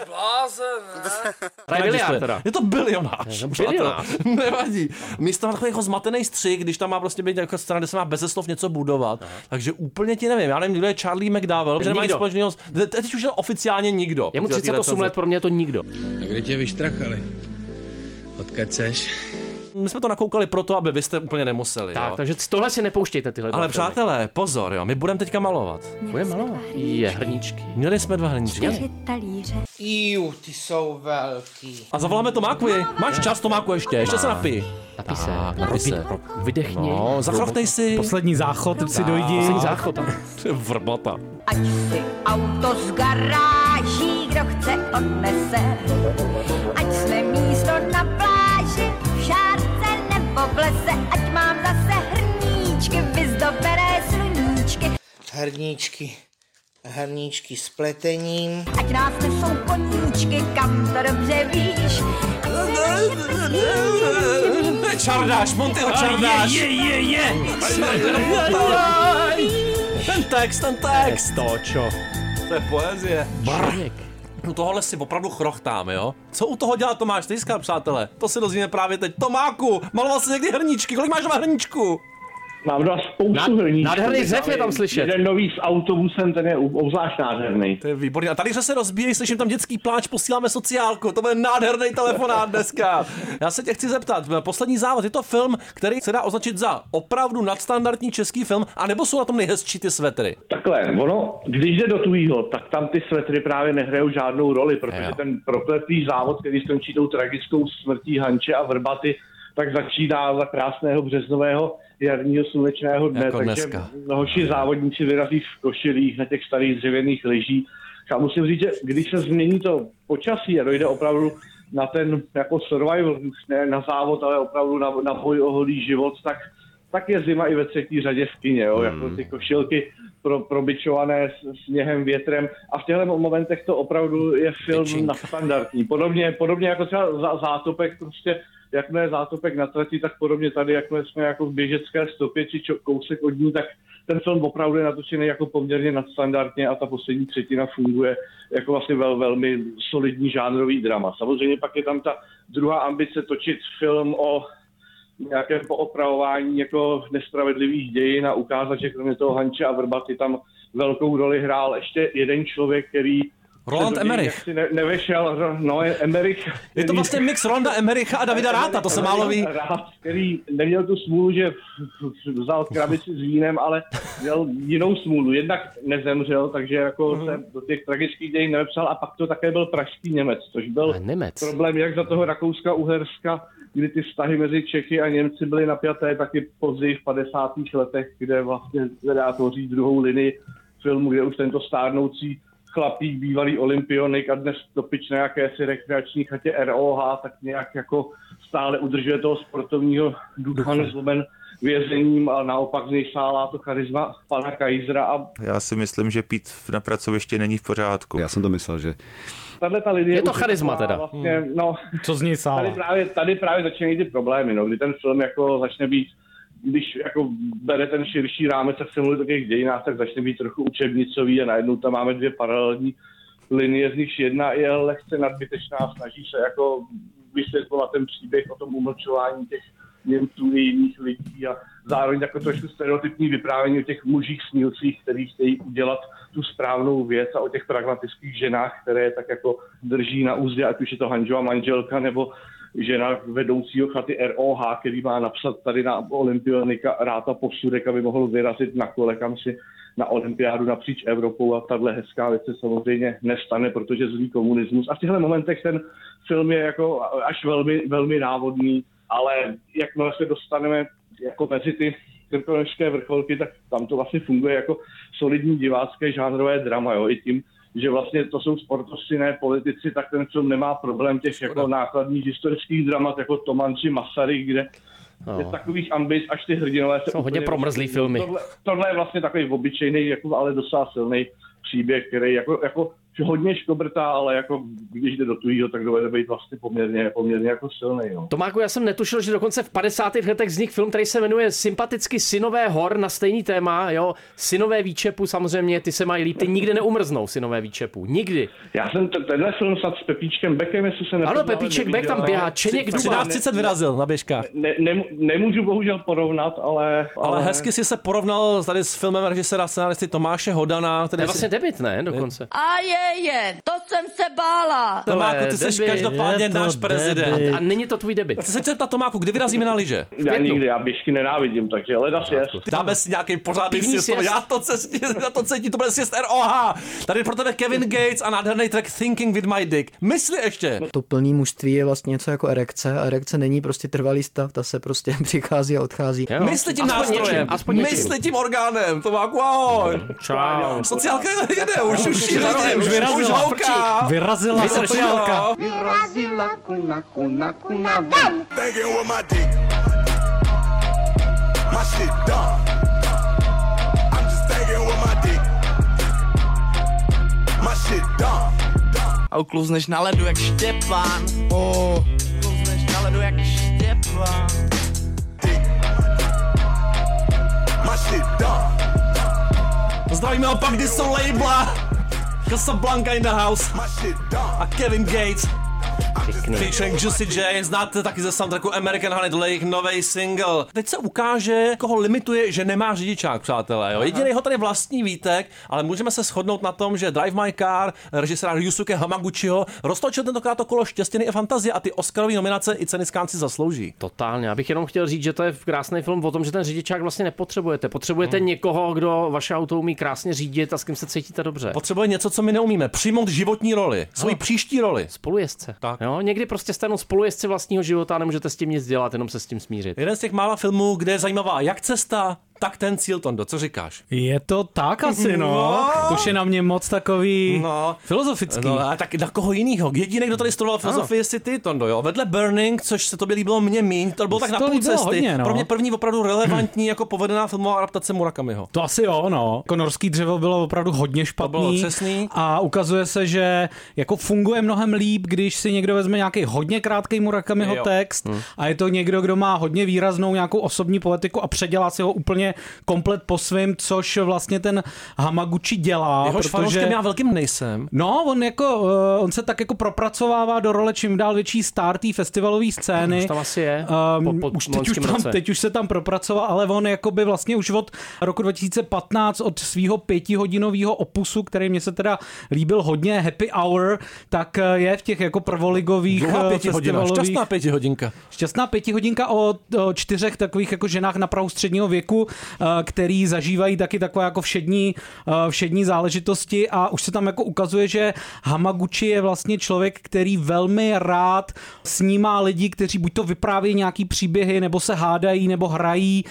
D: Blázen, ne?
F: Hraje biliard teda.
E: Je to bilionář.
F: Je to
E: přátelé.
F: bilionář.
E: Nevadí. Místo má takový jako zmatený střih, když tam má prostě být nějaká scéna, kde se má beze slov něco budovat. Takže úplně ti nevím. Já nevím, kdo je Charlie McDowell, že nemají
F: Nikdo.
E: společného. s- te- Teď už je oficiálně nikdo.
F: Je mu 38 let, pro mě je to nikdo.
U: A kde tě vyštrachali? Odkud seš?
E: My jsme to nakoukali proto, aby vy jste úplně nemuseli.
F: Tak,
E: jo.
F: takže tohle si nepouštějte tyhle dva
E: Ale
F: filmy.
E: přátelé, pozor, jo, my budeme teďka malovat.
F: Bude malovat. Je hrníčky.
E: Měli jsme dva hrníčky.
C: talíře. Iu, ty jsou velký.
E: A zavoláme Tomáku. jej. Máš čas Tomáku ještě, ještě se
F: Má.
E: napij.
F: Napij se.
E: Tak, napij se.
F: Vydechni.
E: No, zacrochtej si.
G: Poslední záchod si dojdi.
F: Poslední záchod.
E: Vrbata.
S: Ať si auto z garáží, kdo chce odnese. Ať jsme místo na pláži, v šárce nebo v lese. Ať mám zase hrníček.
C: hrníčky, hrníčky s pletením.
B: Ať nás nesou koníčky, kam to dobře víš.
E: Čardáš, Montyho čardáš.
D: Je, je, je, je.
E: Ten text, ten text.
F: To čo?
E: To je poezie. Barek. No tohle si opravdu chrochtám, jo? Co u toho dělá Tomáš Tejskal, přátelé? To se dozvíme právě teď. Tomáku, maloval jsi někdy hrníčky, kolik máš na hrníčku?
V: Mám doma spoustu
E: Nad-
V: hrníčků.
E: nádherný řev je tam slyšet.
V: Jeden nový s autobusem, ten je u- obzvlášť nádherný.
E: To je výborný. A tady že se rozbíjejí, slyším tam dětský pláč, posíláme sociálku. To bude nádherný telefonát dneska. Já se tě chci zeptat, poslední závod, je to film, který se dá označit za opravdu nadstandardní český film, anebo jsou na tom nejhezčí ty svetry?
V: Takhle, ono, když jde do tujího, tak tam ty svetry právě nehrajou žádnou roli, protože
E: Jo.
V: ten prokletý závod, který skončí tou tragickou smrtí Hanče a Vrbaty, tak začíná za krásného březnového jarního slunečného dne,
E: Jako
V: takže
E: dneska.
V: hoši závodníci vyrazí v košilích na těch starých dřevěných lyžích. Já musím říct, že když se změní to počasí a dojde opravdu na ten jako survival, už ne na závod, ale opravdu na, na boj o holý život, tak, tak je zima i ve třetí řadě v kině, jo? jako
E: Hmm.
V: ty košilky pro, probičované s- sněhem, větrem a v těchto momentech to opravdu je film na standardní. Podobně, podobně jako třeba za, zátopek, prostě jakmile je zátopek na trati, tak podobně tady, jakmile jsme jako v běžecké stopě či čo, kousek od ní, tak ten film opravdu je natočený jako poměrně nadstandardně a ta poslední třetina funguje jako vlastně vel, velmi solidní žánrový drama. Samozřejmě pak je tam ta druhá ambice točit film o nějakém poopravování jako nespravedlivých dějin a ukázat, že kromě toho Hanče a Vrbaty tam velkou roli hrál ještě jeden člověk, který
E: Roland
V: se do něj
E: Emmerich.
V: jaksi Ne, nevešel, no je Emmerich.
E: Je to vlastně mix Ronda Emericha a Davida Ráta, to se málo ví.
V: Rád, který neměl tu smůlu, že vzal krabici s vínem, ale měl jinou smůlu. Jednak nezemřel, takže
E: Mhm.
V: jako se do těch tragických dějin nevepsal a pak to také byl pražský Němec, což byl
F: Němec.
V: problém jak za toho Rakouska-Uherska, kdy ty vztahy mezi Čechy a Němci byly napjaté taky později v 50. letech, kde vlastně teda tvoří druhou linii filmu, kde už tento stárnoucí chlapík, bývalý olympionik a dnes topič na jakési rekreační chatě ROH, tak nějak jako stále udržuje toho sportovního ducha nezlomen vězením a naopak z něj sálá to charisma pana Kajzra a
W: Já si myslím, že pít na pracovišti není v pořádku. Já jsem to myslel, že...
V: tahle ta lidie...
W: Je to
V: už
W: charisma
V: taková
W: teda.
V: Vlastně, no,
G: Co z něj sála?
V: Tady právě, tady právě začínají ty problémy, no, kdy ten film jako začne být, když jako bere ten širší rámec, tak se mluví o těch dějinách, tak začne být trochu učebnicový a najednou tam máme dvě paralelní linie, z nichž jedna je lehce nadbytečná, a snaží se jako vysvětlovat ten příběh o tom umlčování těch Němců i jiných lidí a zároveň jako trošku stereotypní vyprávění o těch mužích snílcích, kteří chtějí udělat tu správnou věc a o těch pragmatických ženách, které je tak jako drží na úzdě, ať už je to Hanžova manželka nebo žena vedoucího chaty ROH, který má napsat tady na olympionika ráta posudek, aby mohl vyrazit na kole, kam si na olympiádu napříč Evropou a tahle hezká věc se samozřejmě nestane, protože zlý komunismus. A v těchto momentech ten film je jako až velmi, velmi návodný, ale jakmile se dostaneme jako mezi ty krkonožské vrcholky, tak tam to vlastně funguje jako solidní divácké žánrové drama, jo, i tím, že vlastně to jsou sportovci, ne politici, tak ten film nemá problém těch jako nákladních historických dramat, jako Toman či Masaryk, kde
F: No.
V: je takových ambic, až ty hrdinové se
F: Jsou hodně promrzlý filmy.
V: Tohle, tohle, je vlastně takový obyčejný, jako, ale docela silný příběh, který jako, jako hodně škobrtá, ale jako když jde do tujího, tak dovede být vlastně poměrně, poměrně jako silný. No.
F: Tomáku, já jsem netušil, že dokonce v 50. letech vznik film, který se jmenuje Sympaticky synové hor na stejný téma, jo. Synové výčepu samozřejmě, ty se mají líp, ty nikdy neumrznou, synové výčepu. Nikdy.
V: Já jsem t- tenhle film snad s Pepíčkem Bekem, jestli se nepletu,
F: Ano,
V: ale
F: Pepíček Bek
V: neviděl,
F: tam
V: ale-
F: běhá, Čeněk Duba.
E: 13.30 vyrazil na běžkách.
V: Ne, ne, nemůžu bohužel porovnat, ale...
E: Ale hezky si se porovnal tady s filmem režiséra a scenáristy Tomáše Hodana. Který
F: To je vlastně debit, ne? Dokonce.
M: A je, je, to jsem se bála.
E: Tomáku, ty jsi každopádně náš prezident.
F: A není to tvůj debit.
E: Chci se zeptat, Tomáku, kdy vyrazíme na lyže?
V: Já nikdy, já běžky nenávidím, takže leda si jest.
E: Dáme si nějaký pořádný
V: Pivní
E: sjezd.
V: sjezd.
E: Já to, cestím, já to cítím, to bude sjezd ROH. Tady pro tebe Kevin Gates a nádherný track Thinking with my dick. Mysli ještě.
X: To plný mužství je vlastně něco jako erekce a erekce není prostě trvalý stav, ta se prostě přichází a odchází.
E: Mysli tím nástrojem. Mysli tím orgánem. Tomáku, ahoj.
X: Čau.
E: Sociálka jede, už už
D: Už vyrazila, už vyrazila.
E: už houká.
D: Vyrazila
E: Vydržela. No.
D: sociálka.
H: Vyrazila kuna, kuna, kuna ven.
D: Banging with my dick. My shit dumb. I'm just banging with my dick.
A: a uklouzneš na ledu jak Štěpán. Oh. Uklouzneš na ledu jak Štěpán.
E: Zdravíme opak, kdy jsou labela. Casablanca in the house. A Kevin Gates. Featuring Juicy J, znáte taky ze soundtracku American Honey, tohle je jejich nový single. Teď se ukáže, koho limituje, že nemá řidičák, přátelé. Jo? Jediný ho tady vlastní výtek, ale můžeme se shodnout na tom, že Drive My Car, režisér Yusuke Hamaguchiho, roztočil tentokrát to kolo štěstěny a fantazie a ty Oscarové nominace i ceny skánci zaslouží.
F: Totálně. Já bych jenom chtěl říct, že to je krásný film o tom, že ten řidičák vlastně nepotřebujete. Potřebujete hmm. někoho, kdo vaše auto umí krásně řídit a s kým se cítíte dobře.
E: Potřebuje něco, co my neumíme. Přijmout životní roli, svoji příští roli.
F: Spolujezdce. Tak. Jo, někdy prostě jste jenom spolujezdci vlastního života a nemůžete s tím nic dělat, jenom se s tím smířit.
E: Jeden z těch mála filmů, kde je zajímavá jak cesta, tak ten cíl, Tondo, co říkáš?
G: Je to tak asi, no. no. Už je na mě moc takový
E: no.
G: filozofický.
E: No a tak na koho jiného? Jediný, kdo tady studoval filozofii, jsi ty, Tondo, jo. Vedle Burning, což se tobě líbilo mně míň, to bylo tak
G: se
E: na
G: to
E: půl
G: líbilo
E: cesty.
G: hodně, no.
E: Pro mě první opravdu relevantní jako povedená filmová adaptace Murakamiho.
G: To asi jo, no. Konorský dřevo bylo opravdu hodně špatný.
E: bylo otřesný.
G: A ukazuje se, že jako funguje mnohem líp, když si někdo vezme nějaký hodně krátký Murakamiho
E: Jo.
G: text
E: Hmm.
G: a je to někdo, kdo má hodně výraznou nějakou osobní poetiku a předělá si ho úplně komplet po svým, což vlastně ten Hamaguchi dělá.
E: Jehož
G: protože...
E: fanouškem já velkým nejsem.
G: No, on jako, uh, on se tak jako propracovává do role čím dál větší star té festivalové scény.
F: Už tam asi je.
G: Um,
F: po
G: už teď, už
F: loňském
G: tam,
F: roce.
G: teď už se tam propracoval, ale on jakoby vlastně už od roku 2015, od svého pětihodinového opusu, který mě se teda líbil hodně, Happy Hour, tak eh, je v těch jako prvoligových
E: Dlouhá
G: eh,
E: pětihodina,
G: festivalových...
E: šťastná pětihodinka.
G: Šťastná pětihodinka o, o čtyřech takových jako ženách na prahu středního věku, eh, který zažívají taky takové jako všední, eh, všední záležitosti a už se tam jako ukazuje, že Hamaguchi je vlastně člověk, který velmi rád snímá lidi, kteří buď to vyprávějí nějaký příběhy, nebo se hádají, nebo hrají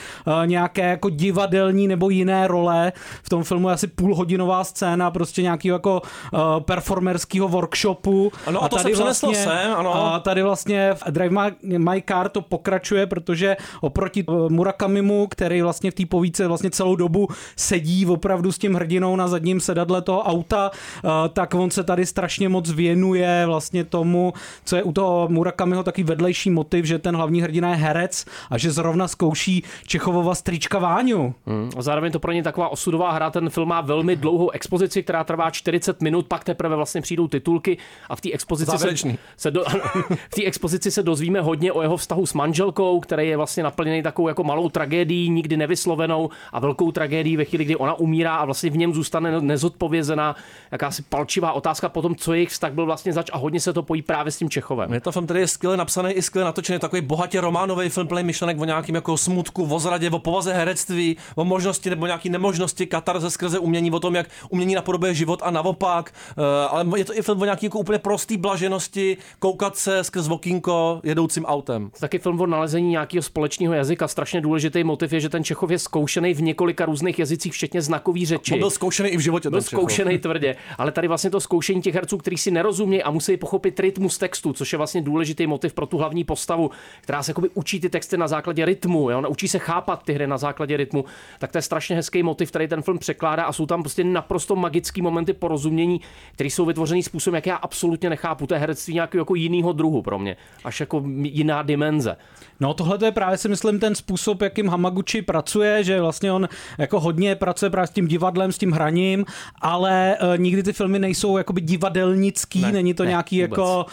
G: eh, nějaké jako divadelní nebo jiné role. V tom filmu je asi půlhodinová scéna prostě nějakého jako eh, performerského workshopu.
E: Ano, a to se
G: tady
E: přeneslo sem, ano.
G: a tady vlastně v Drive My, My Car to pokračuje, protože oproti eh, Murakamimu, který vlastně v té povíce vlastně celou dobu sedí opravdu s tím hrdinou na zadním sedadle toho auta, eh, tak on se tady strašně moc věnuje vlastně tomu, co je u toho Murakamiho taky vedlejší motiv, že ten hlavní hrdina je herec a že zrovna zkouší Čechovova strička Váňu.
F: Hmm. A zároveň to pro ně taková osudová hra. Ten film má velmi dlouhou expozici, která trvá 40 minut, pak teprve vlastně přijdou titulky a v té expozici se,
E: Závěrečný.
F: se do, ano, v té expozici se dozvíme hodně o jeho vztahu s manželkou, který je vlastně naplněný takovou jako malou tragédií, nikdy nevyslovenou a velkou tragédií ve chvíli, kdy ona umírá a vlastně v něm zůstane nezodpovězená jakási palčivá otázka potom, co jejich vztah byl vlastně zač a hodně se to pojí právě s tím Čechovem.
E: Je to film, který je skvěle napsaný i skvěle natočený, takový bohatě románový film plný myšlenek o nějakém jako smutku, o zradě, o povaze herectví, o možnosti nebo nějaký nemožnosti, katarze skrze umění, o tom, jak umění napodobuje život a naopak. Eh, ale je to i film o nějaké jako úplně prostý blaženosti, koukat se skrz okýnko jedoucím autem.
F: Taky film o nalezení nějakého společného jazyka. Strašně důležitý motiv je, že ten Čechov je zkoušený v několika různých jazycích, včetně znakový řeči.
E: On byl zkoušený i v životě.
F: byl
E: ten Čechov.
F: zkoušený tvrdě, ale tady vlastně to zkoušení těch herců, kteří si nerozumějí a musí pochopit rytmus textu, což je vlastně důležitý motiv pro tu hlavní postavu, která se jakoby učí ty texty na základě rytmu, jo? ona učí se chápat ty hry na základě rytmu, tak to je strašně hezký motiv, který ten film překládá a jsou tam prostě naprosto magický momenty porozumění, které jsou vytvořený způsobem, jak já absolutně nechápu. To je herectví nějakého jako jiného druhu pro mě, až jako jiná dimenze.
G: No tohle to je právě si myslím ten způsob, jakým Hamaguchi pracuje, že vlastně on jako hodně pracuje právě s tím divadlem, s tím hraním, ale uh, nikdy ty filmy nejsou jakoby divadelnický, ne, není to
F: ne,
G: ne, nějaký
F: vůbec.
G: vůbec. jako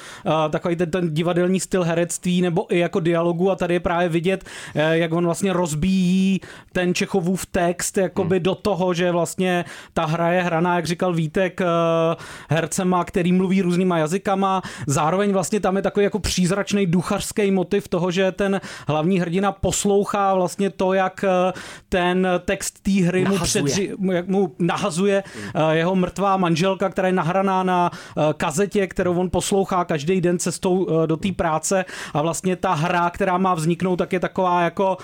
G: uh, takový ten, ten divadelní styl herectví nebo i jako dialogu a tady je právě vidět, uh, jak on vlastně rozbíjí ten Čechovův text jakoby hmm. do toho, že vlastně ta hra je hraná, jak říkal Vítek, uh, hercema, který mluví různýma jazykama. Zároveň vlastně tam je takový jako přízračný duchařský motiv toho, že ten hlavní hrdina poslouchá vlastně to, jak eh, ten text té hry mu,
F: Nahazuje.
G: předři, mu, jak mu nahazuje eh, jeho mrtvá manželka, která je nahraná na eh, kazetě, kterou on poslouchá každý den cestou eh, do té práce a vlastně ta hra, která má vzniknout, tak je taková jako,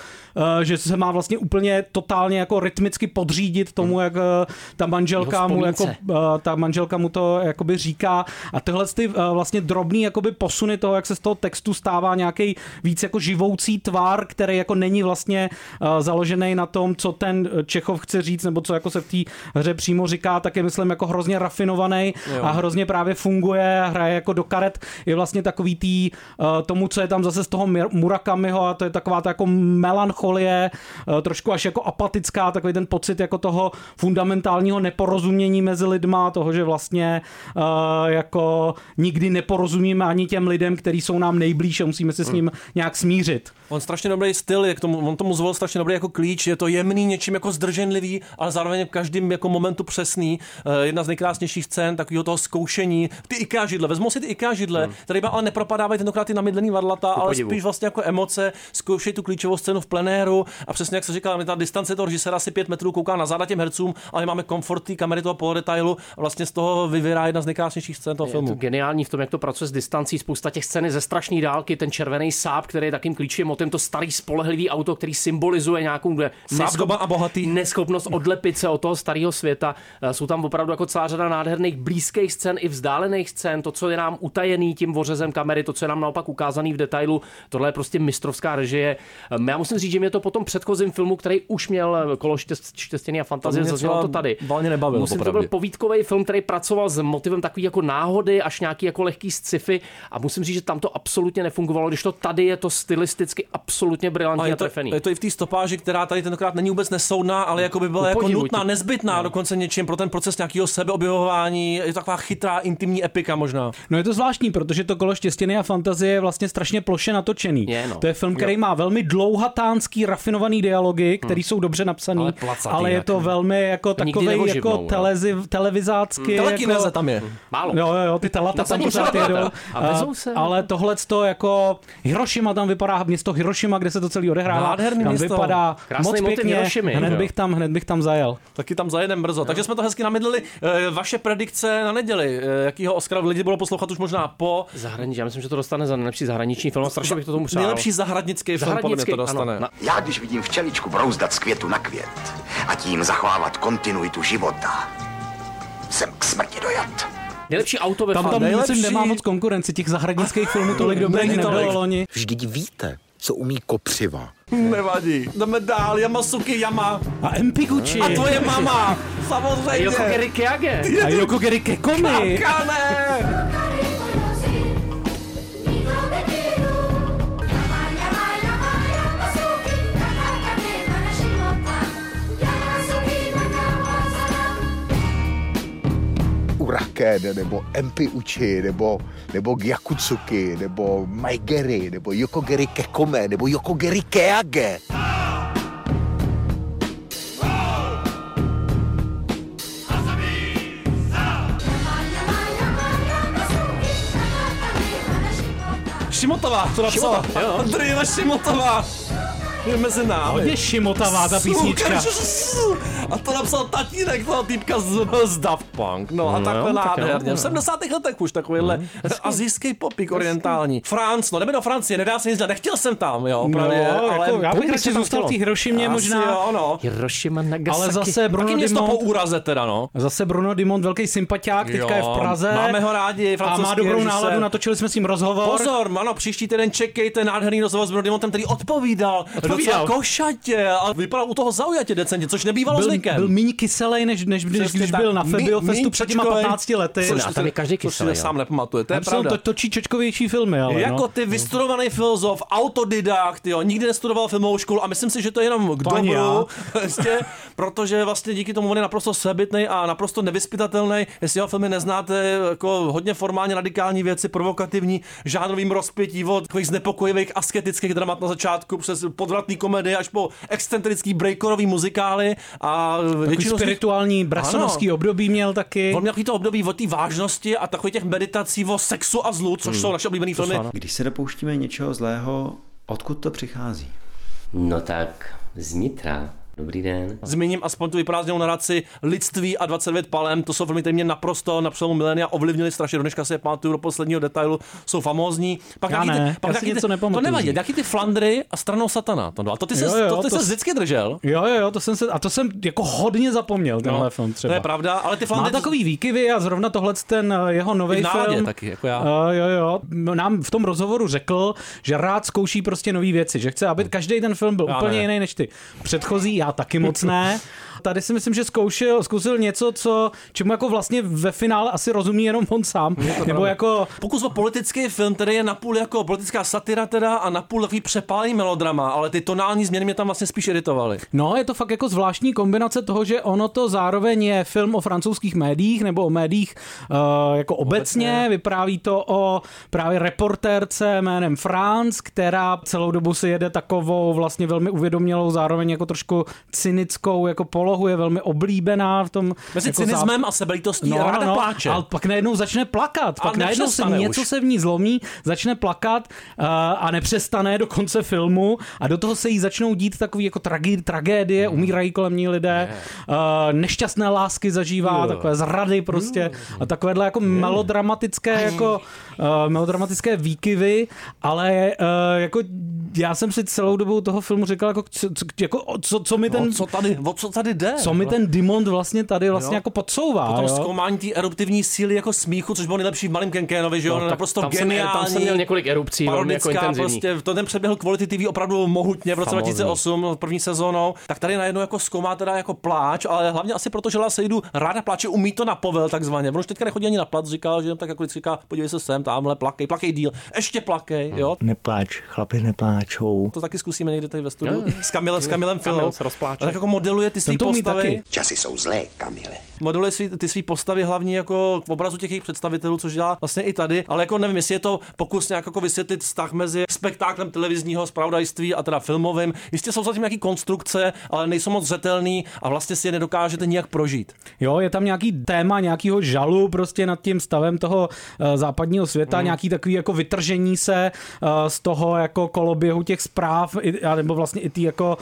G: eh, že se má vlastně úplně totálně jako rytmicky podřídit tomu, jak eh, ta manželka
F: Jeho
G: mu jako
F: vzpomínce.
G: eh, ta manželka mu to jakoby říká a tyhle ty eh, vlastně drobný jakoby posuny toho, jak se z toho textu stává nějaký víc jako živoucí tvar, který jako není vlastně eh, založený zaměřený na tom, co ten Čechov chce říct, nebo co jako se v té hře přímo říká, tak je myslím jako hrozně rafinovaný
E: Jo.
G: a hrozně právě funguje, hraje jako do karet, je vlastně takový tý, eh, tomu, co je tam zase z toho Mir- Murakamiho a to je taková ta jako melancholie, eh, trošku až jako apatická, takový ten pocit jako toho fundamentálního neporozumění mezi lidma, toho, že vlastně eh, jako nikdy neporozumíme ani těm lidem, kteří jsou nám nejblíž a musíme se s ním nějak smířit.
E: On strašně dobrý styl, jak tomu, on tomu zvolil strašně dobrý jako klíč, je to jemný, něčím jako zdrženlivý, ale zároveň v každém jako momentu přesný. Eh, Jedna z nejkrásnějších scén takového toho zkoušení. Ty IKEA židle, vezmu si ty IKEA židle, hmm. tady ale nepropadávají tentokrát ty namydlený varlata,
F: Ku
E: ale
F: podivu.
E: spíš vlastně jako emoce, zkoušej tu klíčovou scénu v plenéru a přesně jak se říkal, my ta distance toho režiséra asi pět metrů kouká na záda těm hercům, ale my máme komfort té kamery toho poloretailu a vlastně z toho vyvírá jedna z nejkrásnějších scén toho
F: Je
E: filmu.
F: to geniální v tom, jak to pracuje s distancí, spousta těch scén je ze strašné dálky, ten červený sáb, který je takým klíčem motem, to starý spolehlivý auto, který symbolizuje nějakou ne-
E: Sáb doma a bohatý.
F: neschopnost odlepit se od toho starého světa. Eh, Jsou tam opravdu jako celá řada nádherných blízkých scén i vzdálených scén, to, co je nám utajený tím ořezem kamery, to, co je nám naopak ukázaný v detailu, tohle je prostě mistrovská režie. Eh, Já musím říct, že mě to po tom předchozím filmu, který už měl eh, kolo štěst- štěstěný a fantazie,
E: mě
F: zaznělo
E: třeba
F: to tady.
E: Valně nebavil,
F: Musím, to
E: popravdě.
F: byl povídkový film, který pracoval s motivem takový jako náhody, až nějaký jako lehký sci-fi a musím říct, že tam to absolutně nefungovalo, když to tady je to stylisticky absolutně brilantní a,
E: je to,
F: trefený.
E: je to i v té stopáži, která tady tentokrát není vůbec nesoudná, ale jako by byla jako
F: Upodivu
E: nutná,
F: ti-
E: nezbytná dokonce něčím pro ten proces nějakého sebeobjevování. Je to taková chytrá, intimní epika možná.
G: No je to zvláštní, protože to kolo štěstěny a fantazie je vlastně strašně ploše natočený.
E: Je, no.
G: To je film, který
E: Jo. Hmm.
G: má velmi dlouhatánský, rafinovaný dialogy, který jsou dobře napsaný, ale,
E: placatý
G: ale je
E: jinak,
G: to velmi jako
E: To nikdy
G: takový
E: neoživnou,
G: jako
E: no.
G: telezi, televizácky.
E: Hmm.
G: Jako,
E: Telekineze tam je. Málo.
G: Jo, jo, jo, ty telata
E: Na
G: tam
E: zadní
G: pořád
E: předata.
G: jedou.
E: A vezou se.
G: ale tohle to jako Hiroshima tam vypadá, město Hiroshima, kde se to celý odehrává,
E: Nádherný
G: tam
E: město.
G: vypadá
E: Krásný
G: moc
E: motiv
G: pěkně,
E: Hirošimy,
G: hned
E: jo.
G: bych, tam, hned bych tam zajel.
E: Taky tam zajedem brzo. Takže jsme to hezky namydlili. Eh, Vaše predikce na neděli, eh, jakýho Oscara lidi budou poslouchat už možná po.
F: Zahraničí, já myslím, že to dostane za nejlepší zahraniční film, a strašně bych to tomu přál.
E: Nejlepší zahradnický film podle mě to dostane.
F: Ano,
I: Já když vidím včeličku brouzdat z květu na květ a tím zachovávat kontinuitu života, jsem k smrti dojat.
F: Nejlepší auto ve
G: Tam tam myslím, nemá moc konkurenci, těch zahradnických filmů tolik dobrých nebylo loni.
I: Vždyť víte, co umí kopřiva.
E: Nevadí. Jdeme dál, Yamasuki Yama.
G: A Empiguchi.
E: A tvoje mama. Samozřejmě.
F: Yoko Geri Kyage.
E: Ty je
G: A
E: to-
G: Yoko Geri Kekomi.
E: Kakane.
J: Urakene, nebo Empi Uchi, nebo, nebo Gyakutsuki, nebo Maigeri, nebo Yokogeri Kekome, nebo Yokogeri Keage.
E: Šimotová to napsala.
D: Šimota, jo.
E: Andrejna Šimotová. Je mezi námi.
G: Hodně šimotavá ta písnička.
E: A to napsal tatínek toho týpka z, z Daft Punk. No a
F: No,
E: takhle
F: tak jo,
E: nádherně.
F: no.
E: V 70. letech už takovýhle
G: Mhm.
E: azijský popík orientální. Franc, no jdeme do Francie, nedá se nic dělat, nechtěl jsem tam, jo, právě,
G: jako
E: ale
G: já bych
E: Půjde
G: radši
E: se tam
G: zůstal v
E: chtělo.
G: té Hirošimě
E: Asi
G: možná.
E: Jo, no.
F: Hirošima
G: Ale
F: Nagasaki.
G: zase Bruno
E: Taky město po
G: Dimond,
E: úraze teda, no.
G: zase Bruno Dimond, velký sympatiák,
E: Jo,
G: teďka je v Praze.
E: máme ho rádi,
G: A
E: francouzský
G: má dobrou
E: režisér.
G: náladu, natočili jsme s ním rozhovor.
E: Pozor, ano, příští týden čekejte nádherný rozhovor s Brodimontem, který odpovídal,
G: Odpovídal.
E: docela košatě a vypadal u toho zaujatě decentně, což nebývalo
G: byl,
E: zvykem.
G: byl méně kyselej, než, než když,
E: Přesně
G: když
E: tak.
G: byl na
E: Mí-
G: Febiofestu
E: míň
G: před těma
E: čočkovej.
G: 15 lety.
E: Což- No, tam je každý což si kyselej, to jo. sám nepamatuju, to je
G: Tam jsou-
E: pravda.
G: To, točí čočkovější filmy, ale
E: jako
G: no.
E: ty vystudovaný filozof, autodidakt, jo, nikdy nestudoval filmovou školu a myslím si, že to je jenom k
G: To ani
E: dobru, vlastně, protože vlastně díky tomu on je naprosto sebitný a naprosto nevyspytatelný. Jestli jeho filmy neznáte, jako hodně formálně radikální věci, provokativní, žánrovým rozpětí od takových znepokojivých asketických dramat na začátku přes podvratný komedie až po excentrický breakový muzikály a
G: Takový
E: většinou z nich-
G: spirituální brasonovský
E: Ano.
G: období měl taky.
E: On měl takový to období o té vážnosti a takových těch meditací o sexu a zlu, což
K: Hmm.
E: jsou naše oblíbené filmy.
K: Když se dopouštíme něčeho zlého, odkud to přichází?
L: No tak, znitra.
K: Dobrý den.
E: Zmíním aspoň tu vyprázdněnou naraci Lidství a 29 palem, to jsou filmy, které mě naprosto na přelomu milénia ovlivnily strašně, do dneška se je pamatuju do posledního detailu, jsou famózní. Pak
G: Já
E: taky
G: ne,
E: ty, pak
G: já si
E: taky ty,
G: něco
E: to
G: nepamatuju
E: nevadí,
G: z nich.
E: taky ty Flandry a stranou satana. To, a to ty se, to, ty se vždycky držel.
G: Jo, jo, jo, to jsem se, a to jsem jako hodně zapomněl tenhle film třeba.
E: No, To je pravda, ale ty
G: Má
E: Flandry...
G: takový výkyvy a zrovna tohle ten eh, jeho nový
E: I v náladě
G: film.
E: taky, jako já.
G: Eh, jo, jo, m- nám v tom rozhovoru řekl, že rád zkouší prostě nové věci, že chce, aby každý ten film byl
E: Hmm. Já
G: úplně
E: ne.
G: jiný než ty. Předchozí, já taky moc ne. Tady si myslím, že zkoušel, zkusil něco, co, čemu jako vlastně ve finále asi rozumí jenom on sám. Nebo
E: pravda.
G: jako
E: Pokus o politický film, který je napůl jako politická satira teda a napůl takový přepálý melodrama, ale ty tonální změny mě tam vlastně spíš iritovaly.
G: No, je to fakt jako zvláštní kombinace toho, že ono to zároveň je film o francouzských médiích nebo o médiích uh, jako obecně. obecně. Vypráví to o právě reportérce jménem Franz, která celou dobu si jede takovou vlastně velmi uvědomělou, zároveň jako trošku cynickou jako polohu, je velmi oblíbená v tom.
E: Mezi
G: jako
E: jako cynismem a sebelítostí no, ráda no, pláče.
G: ale pak najednou začne plakat,
E: A
G: pak najednou se
E: nepřestane
G: něco
E: už.
G: se v ní zlomí, začne plakat uh, a nepřestane do konce filmu a do toho se jí začnou dít takový jako tragi- tragédie,
E: Mhm.
G: umírají kolem ní lidé, uh, nešťastné lásky zažívá,
E: Jo. Mhm.
G: takové zrady prostě a takovéhle jako melodramatické jako uh, melodramatické výkyvy, ale uh, jako já jsem si celou dobu toho filmu říkal, jako, co, co- jako o co, co mi ten...
E: o, No, co tady, o co tady jde?
G: co mi ten Dimond vlastně tady vlastně
E: Jo.
G: jako podsouvá.
E: Potom
G: jo?
E: zkoumání té eruptivní síly jako smíchu, což bylo nejlepší v malém Kenkenovi, že jo?
F: No,
E: No,
F: tak
E: naprosto
F: tam jsem měl-
E: geniální.
F: tam jsem měl několik erupcí, velmi jako
E: parodická,
F: intenzivní.
E: prostě, to ten předběhl Quality TV opravdu mohutně v roce
F: Famózní.
E: 2008 první sezónou. Tak tady najednou jako zkoumá teda jako pláč, ale hlavně asi proto, že Lea Seydu ráda pláče, umí to na povel takzvaně. On už teďka nechodí ani na plac, říkal, že jenom tak jako vždycky říká, podívej se sem, tamhle, plakej, plakej díl, ještě
F: No.
E: plakej, jo?
L: Nepláč, chlapi nepláčou.
E: To taky zkusíme někde tady ve
L: Jo,
E: studiu
L: jo.
E: s Kamilem, s Kamilem
L: Kamil
E: Filou.
L: se rozpláče.
E: A Tak jako modeluje ty svý
L: Ten to umí
E: postavy.
L: taky.
I: Časy jsou zlé, Kamile.
E: modeluje svý, ty svý postavy hlavně jako k obrazu těch jejich představitelů, což dělá vlastně i tady, ale jako nevím, jestli je to pokus nějak jako vysvětlit vztah mezi spektáklem televizního zpravodajství a teda filmovým. Jistě jsou zatím nějaký konstrukce, ale nejsou moc zřetelný a vlastně si je nedokážete nijak prožít.
G: Jo, je tam nějaký téma nějakého žalu prostě nad tím stavem toho eh, západního světa,
E: Mm.
G: nějaký takový jako vytržení se eh, z toho jako koloběhu těch zpráv, i- a nebo vlastně i tý jako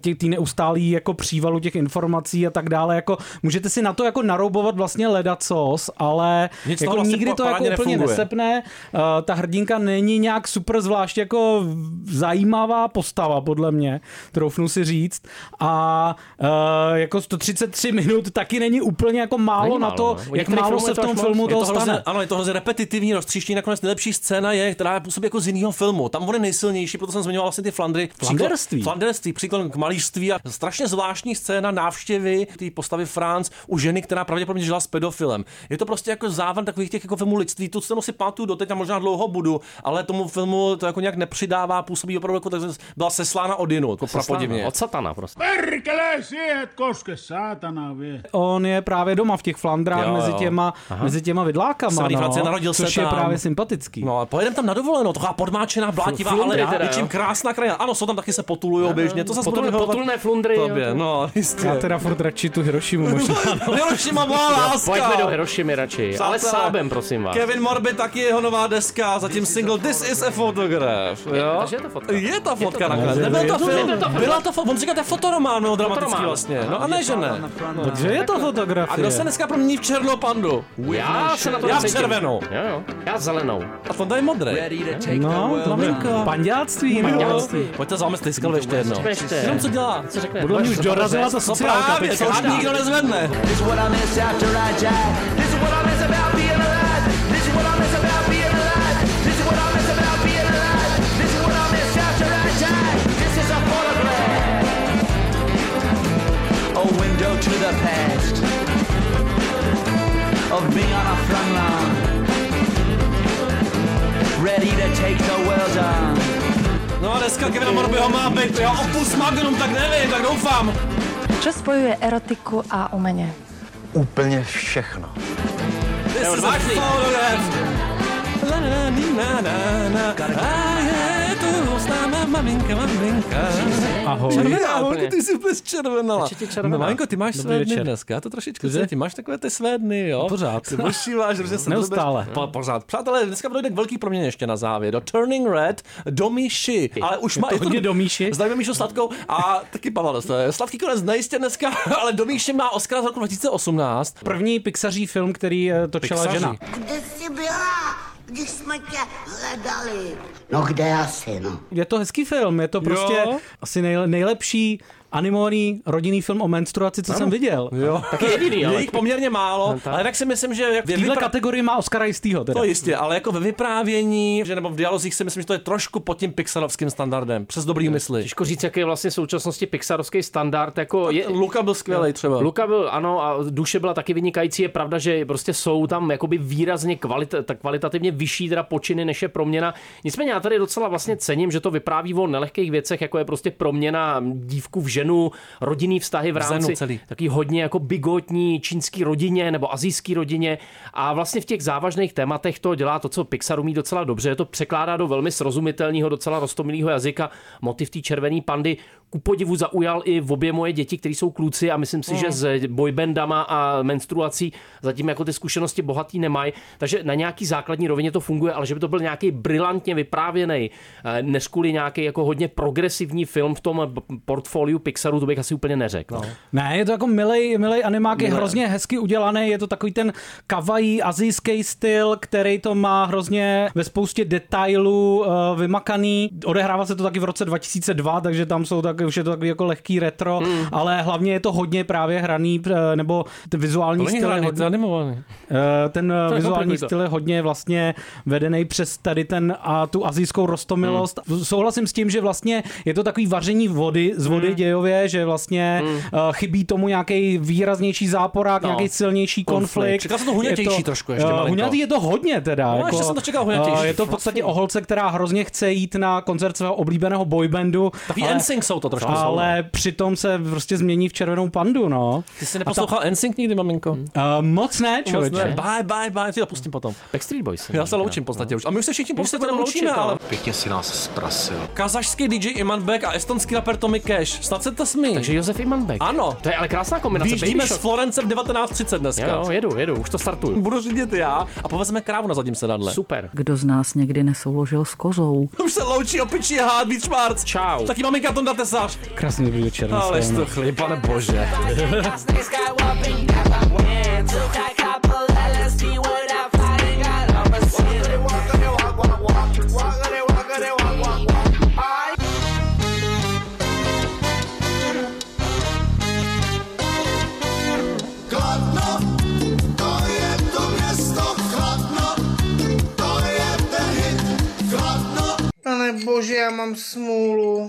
G: tý, tý neustálý jako přívalu těch informací a tak dále, jako můžete si na to jako naroubovat vlastně ledacos, ale
E: Nic z toho
G: jako
E: vlastně
G: nikdy
E: po-
G: to jako
E: parádně
G: úplně
E: nefunguje.
G: nesepne, Eh, ta hrdinka není nějak super zvlášť jako zajímavá postava podle mě, troufnu si říct a eh, jako 133 minut taky není úplně jako málo,
E: Není
G: na
E: málo,
G: to,
E: no. U
G: jak
E: některých
G: málo
E: filmů
G: se
E: je
G: v
E: to
G: tom
E: až moc.
G: filmu
E: Je to
G: toho
E: hrozně,
G: stane.
E: Ano, je to hrozně repetitivní, roztříštění. Nakonec nejlepší scéna je, která působí jako z jiného filmu. Tam on je nejsilnější, proto jsem zmiňoval vlastně ty Flandry.
G: Flanderství.
E: Příklad, Flanderství, příklad k malířství a strašně zvláštní scéna návštěvy té postavy Franz u ženy, která pravděpodobně žila s pedofilem. Je to prostě jako závan takových těch jako filmů lidství. Tu scénu si pamatuju doteď a možná dlouho budu, ale tomu filmu to jako nějak nepřidává, působí opravdu jako tak, že byla seslána od jinut, jako
F: Seslána,
E: prapodivně.
F: od satana prostě.
N: Perkele, siihen koske, saatana vie.
G: On je právě doma v těch Flandrách
E: Jo, jo.
G: mezi těma,
E: Aha.
G: mezi těma vidlákama,
E: Severní Francie,
G: no,
E: narodil se
G: což je
E: tam.
G: právě sympatický.
E: No a pojedeme tam na dovolenou, taková podmáčená, blátivá,
G: Fl-
E: ale
G: flundry teda,
E: něčím
G: jo.
E: krásná krajina. Ano, jsou tam taky se potulujou běžně, to zase
F: Potul-
E: budu vyhovovat
F: potulné flundry, jo,
E: Tobě,
F: to-
E: no, jistě.
G: Já teda furt radši tu Hirošimu možná.
E: Hirošima má láska.
F: Pojďme do Hirošimy radši, ale s
E: Přátelé,
F: sábem, prosím vás.
E: Kevin Morbid taky jeho nová deska, zatím single This is a photograph. Jo?
F: takže je to fotka.
E: Je ta fotka
F: Je to-
E: nakonec.
F: Je to-
E: Nebyl to
F: je to-
E: film.
F: je to fotka.
E: Byla to fotka. On říká, to je fotoromán melodramatický
F: Fotoromán.
E: vlastně. No a ne, že ne.
G: Takže je to
E: A
G: fotografie.
E: kdo se dneska promění v černou pandu?
F: Já se na to
E: Já v
F: necítím.
E: červenou.
F: Jo, jo. Já zelenou.
E: A on tady modrý.
G: No, maminko. Panděláctví. no.
E: Panděláctví. Pojďte za vámi stejskal ještě jednou.
G: Vešte.
E: Jenom co dělá? Co
F: řekne?
G: Podle mě už dorazila ta
E: No
G: sociálka.
E: právě,
G: teďka.
E: to už nikdo nezvedne.
A: This is what I miss after I die. This is what I miss about being alive. This is what I miss about being alive. This is what I miss about being alive. This is what I miss after I die. This is a photograph. A window to the past. Of being on a front line. Ready to take the world on.
E: No a dneska Kevina Morbyho má být, jo, opus magnum, tak nevím, tak doufám.
P: Čo spojuje erotiku a umenie?
Y: Úplně všechno.
E: This is a photograph. La, la, ni, na, na, na. A je tu s náma, ma, Maminka, maminka.
F: Ahoj.
E: Červená,
F: Červená
E: ahoj,
F: úplně.
E: ty jsi vůbec červenala.
F: Určitě červená.
E: Maminko, ty máš
F: Dobrý
E: své dny
F: večer.
E: dneska, já to trošičku
F: Cože?
E: cítím. Máš takové ty své dny, jo?
F: Pořád.
E: Ty pošíváš, že se
F: Neustále.
E: Po, pořád. Přátelé, dneska dojde k velký proměně ještě na závěr. Do Turning Red, do Míši. Ale už
F: Je
E: má...
F: to hodně
E: do Míši. Zdravíme Míšu Sladkou a taky Pavel. Sladký konec nejistě dneska, ale do Míši má Oscar z roku 2018.
G: První pixaří film, který eh, točila
E: Pixaří.
G: žena.
K: Kde jsi byla, když jsme tě hledali?
G: No kde asi, no. Je to hezký film, je to prostě
K: Jo.
G: asi nejle, nejlepší animovaný rodinný film o menstruaci, co
E: Ano.
G: jsem viděl.
E: Jo.
G: Taky jediný, ale.
E: Je jich poměrně málo,
G: No tak.
E: ale tak si myslím, že... Jak
G: V této kategorii má Oscara jistýho. Teda.
E: To jistě, ale jako ve vyprávění že nebo v dialozích si myslím, že to je trošku pod tím pixelovským standardem. Přes dobrý mysli.
F: Těžko říct, jaký je vlastně v současnosti pixarovský standard. Jako je,
E: Luka byl skvělý třeba.
F: Luka byl, ano, a duše byla taky vynikající. Je pravda, že prostě jsou tam jakoby výrazně kvalit, tak kvalitativně vyšší teda počiny, než je proměna. Nicméně já tady docela vlastně cením, že to vypráví o nelehkých věcech, jako je prostě proměna dívku v ženu, rodinný vztahy v
E: V ženu
F: rámci
E: celý.
F: taky hodně jako bigotní čínský rodině nebo azijský rodině a vlastně v těch závažných tématech to dělá to, co Pixar umí docela dobře, že to překládá do velmi srozumitelného, docela roztomilého jazyka. Motiv té červené pandy ku podivu zaujal i v obě moje děti, které jsou kluci a myslím si,
E: Mm.
F: že s boybandama a menstruací zatím jako ty zkušenosti bohatý nemají, takže na nějaký základní rovině to funguje, ale že by to byl nějaký brilantně vyprávěný, než kvůli nějaký jako hodně progresivní film v tom b- portfoliu Pixaru, to bych asi úplně neřekl. No.
G: Ne, je to jako milej, milej animák, je
F: Ne.
G: hrozně hezky udělaný, je to takový ten kavají azijský styl, který to má hrozně ve spoustě detailů uh, vymakaný. Odehrává se to taky v roce 2002, takže tam jsou tak, už je to takový jako lehký retro,
E: Hmm.
G: mm. ale hlavně je to hodně právě hraný, eh, nebo ten vizuální
E: To není
G: styl je
E: hraný, to je
G: hodně...
E: animovaný.
G: Eh, ten eh,
E: To je
G: vizuální
E: komplikuj to.
G: styl je hodně vlastně vedený přes tady ten a tu azijskou rostomilost. Hmm. Souhlasím s tím, že vlastně je to takový vaření vody z vody hmm. dějově, že vlastně hmm. chybí tomu nějaký výraznější záporák,
E: No.
G: no. nějaký silnější
E: Konflikt.
G: konflikt.
E: Čekal jsem to
G: Je
E: hunětější trošku ještě
G: eh,
E: malinko.
G: Huňatý je to hodně teda.
E: No,
G: jako,
E: ještě jsem to Vlastně. čekal huňatější.
G: eh, Je to v podstatě o holce, která hrozně chce jít na koncert svého oblíbeného boybandu.
E: Takový
G: ale-
E: NSYNC jsou to trošku, jsou, no.
G: Ale přitom se prostě změní v červenou pandu, no.
E: Ty jsi neposlouchal NSYNC nikdy, maminko?
F: Hmm,
G: Uh, moc ne,
E: Moc
G: člověče.
E: ne. Bye, bye, bye, ty to pustím potom.
F: Backstreet Boys.
E: Já se loučím v podstatě už. A my už se všichni
F: My už se
E: podstatě
F: budeme
E: loučíme,
F: loučit,
E: ale...
F: ale-
E: Pěkně si nás zprasil. Kazašský DJ Iman Beck a estonský rapper Tommy Cash. Snad se to smí. Takže
F: Josef Iman Beck.
E: Ano.
F: To je ale krásná kombinace.
E: Vyjíždíme
F: Baby
E: z
F: Shark.
E: Florence v 19.30 dneska.
F: Jo, jedu, jedu, už to startuju.
E: Budu řídit já a povezeme krávu na zadním sedadle.
F: Super.
M: Kdo z nás někdy nesouložil s kozou?
E: Už se loučí opičí hád, víc šmárc.
F: Čau.
E: Taky maminka Tonda Tesař.
G: Krásný dobrý večer.
E: Ale to chlip, pane bože.
A: Kladno, to je to město, Kladno, to je ten hit, Kladno.
C: Pane bože, já No mám smůlu.